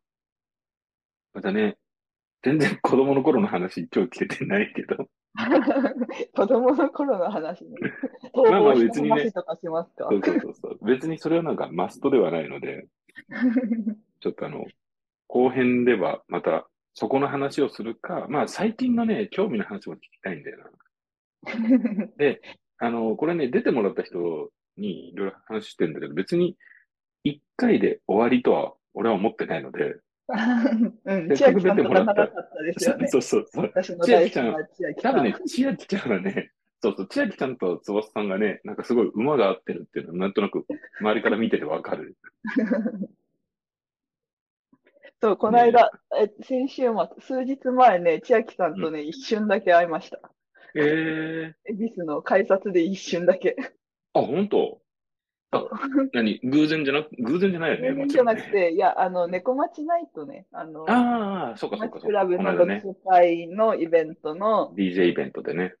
Speaker 1: またね、全然子供の頃の話一応聞けてないけど、
Speaker 2: 子供の頃の話ね。
Speaker 1: まあまあ
Speaker 2: 逃亡し
Speaker 1: 別
Speaker 2: た
Speaker 1: にね
Speaker 2: 話とかしますか
Speaker 1: そうそうそうそう。別にそれはなんかマストではないので、ちょっとあの、後編ではまたそこの話をするか、まあ最近のね、興味の話も聞きたいんだよな。あの、これね、出てもらった人にいろいろ話してるんだけど、別に1回で終わりとは俺は思ってないので、
Speaker 2: うん、
Speaker 1: せ
Speaker 2: 千
Speaker 1: っかく
Speaker 2: 秋
Speaker 1: 出
Speaker 2: さん
Speaker 1: て
Speaker 2: と
Speaker 1: も
Speaker 2: から
Speaker 1: った。
Speaker 2: 長かったですよね
Speaker 1: そうそうそう。
Speaker 2: 私の大好きな千秋
Speaker 1: 多
Speaker 2: さ
Speaker 1: 分
Speaker 2: ん。
Speaker 1: ね、千秋ちゃんはね、そうそう、千秋ちゃんと翼さんがね、なんかすごい馬が合ってるっていうのは、なんとなく周りから見ててわかる。
Speaker 2: そう、この間、え先週末、数日前ね、千秋さんとね、一瞬だけ会いました。
Speaker 1: ええ
Speaker 2: 恵比寿の改札で一瞬だけ。
Speaker 1: あ、本当あ、何偶然じゃなく、偶然じゃないよね、もち
Speaker 2: じゃ
Speaker 1: ろん
Speaker 2: な
Speaker 1: ね、
Speaker 2: くて、いや、あの、猫町ナイトね、あの、
Speaker 1: ああ、そうかそうか
Speaker 2: 町
Speaker 1: そうか。
Speaker 2: クラ
Speaker 1: こ
Speaker 2: ブ
Speaker 1: の
Speaker 2: の
Speaker 1: 間
Speaker 2: 読
Speaker 1: ね、
Speaker 2: 書会のイベントの
Speaker 1: DJ イベントでね。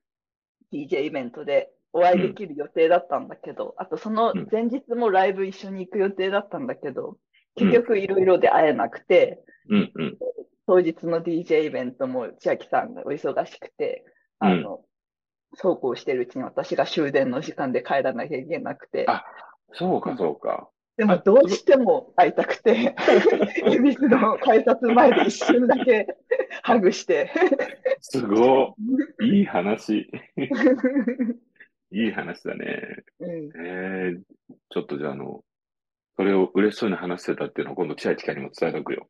Speaker 2: DJ イベントでお会いできる予定だったんだけど、あとその前日もライブ一緒に行く予定だったんだけど、
Speaker 1: うん
Speaker 2: 結局いろいろで会えなくて、
Speaker 1: うんうん。
Speaker 2: 当日の DJ イベントも千秋さんがお忙しくて、あの、そうこうしてるうちに私が終電の時間で帰らなきゃいけなくて
Speaker 1: あ、そうかそうか。
Speaker 2: で
Speaker 1: あ
Speaker 2: もどうしても会いたく て、恵比寿の改札前で一瞬だけ ハグして、
Speaker 1: すごい。いい話。いい話だね。
Speaker 2: うん、
Speaker 1: えー、ちょっとじゃあ、あの、それを嬉しそうに話してたっていうのを今度、千秋ちゃんにも伝えておくよ。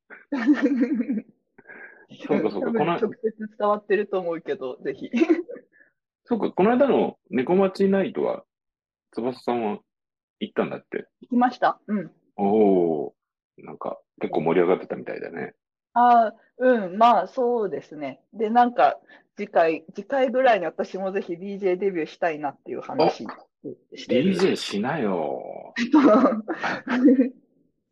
Speaker 1: そうかそうか
Speaker 2: 多
Speaker 1: この
Speaker 2: 分直接伝わってると思うけど、ぜひ。
Speaker 1: そうか、この間の猫町ナイトは、翼さんは行ったんだって。
Speaker 2: 行きました。うん。
Speaker 1: おお、なんか、結構盛り上がってたみたいだね。
Speaker 2: ああ、うん、まあ、そうですね。で、なんか、次回、次回ぐらいに私もぜひ DJ デビューしたいなっていう話してる。
Speaker 1: DJ しなよ。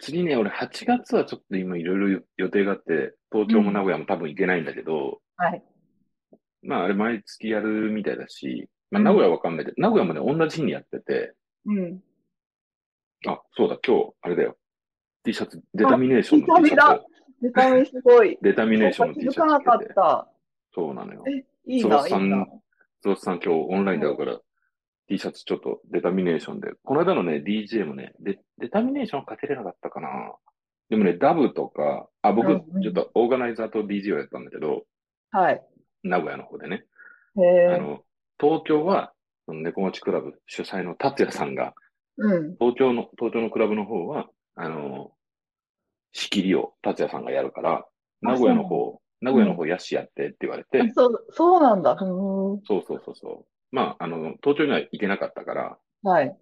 Speaker 1: 次ね、俺8月はちょっと今いろいろ予定があって、東京も名古屋も多分行けないんだけど、
Speaker 2: はい。
Speaker 1: まああれ毎月やるみたいだし、まあ名古屋はわかんないけど、名古屋もね、同じ日にやってて、
Speaker 2: うん。
Speaker 1: あ、そうだ、今日、あれだよ。T シャツ、デタミネーションの
Speaker 2: あ
Speaker 1: T シャツ。
Speaker 2: 痛みネタミンすごい。
Speaker 1: デタミネーションの T シャツ
Speaker 2: 気づかなか
Speaker 1: 着
Speaker 2: って
Speaker 1: て。
Speaker 2: た。
Speaker 1: そうなのよ。
Speaker 2: え、いい
Speaker 1: そ
Speaker 2: な、
Speaker 1: ばさん
Speaker 2: いいな。
Speaker 1: ゾウさん今日オンラインだから、T シャツちょっとデタミネーションで。この間のね、DJ もね、デデタミネーションかけれなかったかな。でもね、ダブとか、あ、僕、
Speaker 2: うん
Speaker 1: ち
Speaker 2: うん
Speaker 1: ょっとオーガナイザーと DJ をやったんだけど、
Speaker 2: はい。
Speaker 1: 名古屋の方でね。
Speaker 2: へ
Speaker 1: あ
Speaker 2: え。
Speaker 1: の、東京は、その猫町クラブ主催の達也さんが、
Speaker 2: うん。
Speaker 1: 東京の、東京のクラブの方は、あの、仕切りを達也さんがやるから、名古屋の方、名古屋の方やしやってって言われて、
Speaker 2: あそう、そうなんだ。ふーん
Speaker 1: そうそうそうそう。まあ、あの、東京には行けなかったから、
Speaker 2: はい。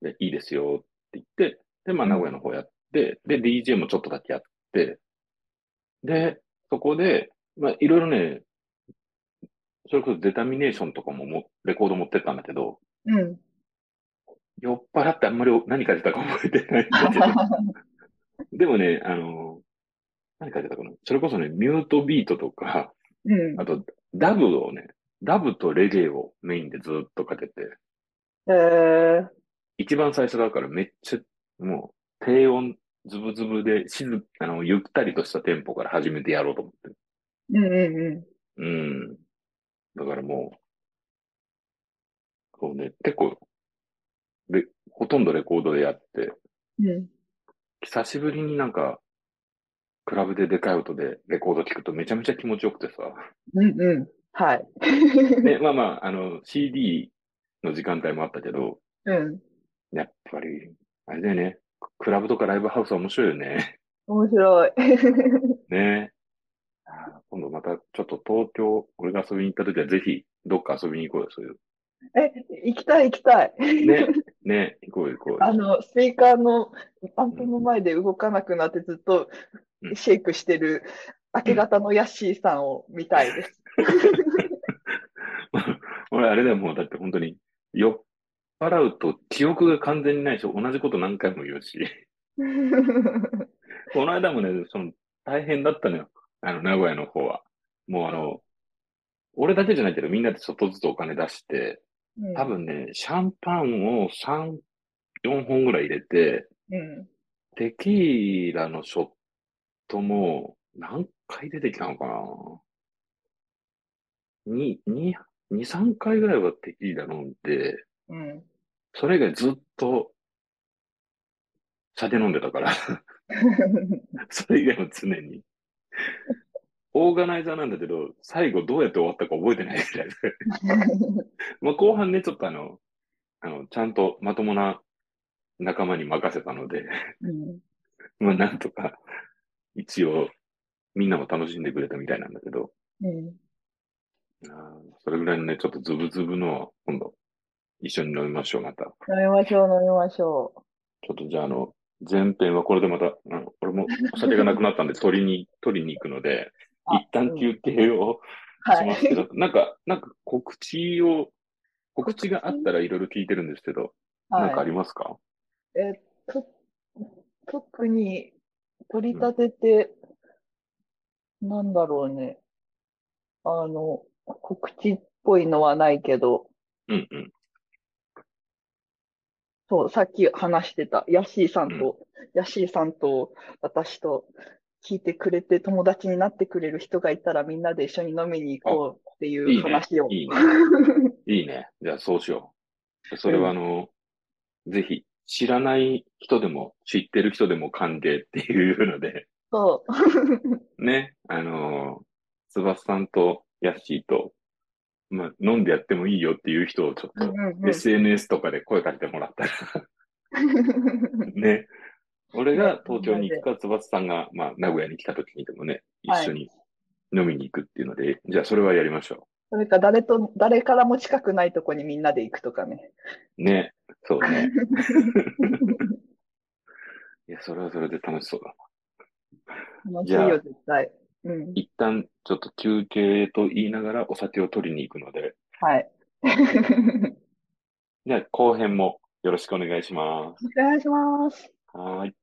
Speaker 1: でいいですよって言って、で、まあ、名古屋の方やって、で、DJ もちょっとだけやって、で、そこで、まあ、いろいろね、それこそデタミネーションとかももレコード持ってったんだけど、
Speaker 2: うん。
Speaker 1: 酔っ払ってあんまり何書いてたか覚えてないんだけど。でもね、あの、何書いてたかな。それこそね、ミュートビートとか、
Speaker 2: うん。
Speaker 1: あとダブをね、ダブとレゲエをメインでずっとかけて、
Speaker 2: へえ。
Speaker 1: 一番最初だからめっちゃ、もう、低音、ズブズブで、静、あの、ゆったりとしたテンポから始めてやろうと思って。
Speaker 2: うんうんう
Speaker 1: うん。だからもう、そうね、結構、で、ほとんどレコードでやって、
Speaker 2: うん。
Speaker 1: 久しぶりになんか、クラブででかい音でレコード聞くとめちゃめちゃ気持ちよくて さ。
Speaker 2: うんうん。はい。
Speaker 1: で、まあまあ、あの、CD の時間帯もあったけど、
Speaker 2: うん。
Speaker 1: やっぱり、あれだよね。クラブとかライブハウスは面白いよ ね。
Speaker 2: 面白い。
Speaker 1: ねあー今度またちょっと東京、俺が遊びに行った時はぜひ、どっか遊びに行こうよ、そういう。
Speaker 2: え、行きたい行きたい。
Speaker 1: ね、ね、行こうよ行こう
Speaker 2: あ
Speaker 1: よ。
Speaker 2: の、スピーカーのアンプの前で動かなくなってずっと
Speaker 1: うん
Speaker 2: シェイクしてる明け方のヤッシーさんを見たいです。
Speaker 1: 俺、あれだよ、もう、だって本当に、酔っ払うと記憶が完全にないし、同じこと何回も言うし。この間もね、その、大変だったのよ。あの、名古屋の方は。もうあの、俺だけじゃないけど、みんなでちょっとずつお金出して、
Speaker 2: うん
Speaker 1: 多分ね、シャンパンを3、4本ぐらい入れて、
Speaker 2: うん。
Speaker 1: テキーラのショットも、何回出てきたのかなに、に、2、3回ぐらいはテキーラ飲んで、
Speaker 2: うん。
Speaker 1: それ以外ずっと、酒飲んでたから。それ以外も常に。オーガナイザーなんだけど、最後どうやって終わったか覚えてないぐらいで。 まあ後半ね、ちょっとあの、あの、ちゃんとまともな仲間に任せたので、
Speaker 2: うん
Speaker 1: まあなんとか、一応、みんなも楽しんでくれたみたいなんだけど、
Speaker 2: うん
Speaker 1: あーそれぐらいのね、ちょっとズブズブのは今度、一緒に飲みましょう、また。
Speaker 2: 飲みましょう、飲みましょ
Speaker 1: ちょっとじゃああの、前編はこれでまた、あの俺もお酒がなくなったんで、取りに、取りに行くので、
Speaker 2: あ
Speaker 1: 一旦休憩を、
Speaker 2: う。は
Speaker 1: しますけ
Speaker 2: い。
Speaker 1: ど、なんか、なんか告知を、告知があったらいろいろ聞いてるんですけど、なんかあ
Speaker 2: は
Speaker 1: りますか
Speaker 2: い。えっと、特に取り立てて、なんだろうね。あの、告知っぽいのはないけど、
Speaker 1: うんうん。
Speaker 2: そう、さっき話してた、ヤッシーさんと、ヤッシーさんと、私と、聞いてくれて友達になってくれる人がいたらみんなで一緒に飲みに行こうっていう
Speaker 1: いいね
Speaker 2: 話を。
Speaker 1: いいね。いいね。じゃあそうしよう。それはあの、ぜひ、知らない人でも、知ってる人でも歓迎っていうので、
Speaker 2: そう。
Speaker 1: ね、あのー、翼さんとヤッシーと、まあ、飲んでやってもいいよっていう人をちょっ
Speaker 2: うん
Speaker 1: と、
Speaker 2: うんうん
Speaker 1: SNS とかで声かけてもらったら、 ね。俺が東京に行くか、つさんが、まあ、名古屋に来た時にでもね、一緒に飲みに行くっていうので、じゃあそれはやりましょ
Speaker 2: それか誰と、誰からも近くないとこにみんなで行くとかね。
Speaker 1: う。ね。そうね。いや、それはそれで楽しそうだな。
Speaker 2: 楽しい
Speaker 1: じゃあ
Speaker 2: よ、絶対。うん。
Speaker 1: 一旦、ちょっと休憩と言いながらお酒を取りに行くので、
Speaker 2: はい。
Speaker 1: じゃあ後編もよろしくお願いします。
Speaker 2: お願いします。
Speaker 1: はーい。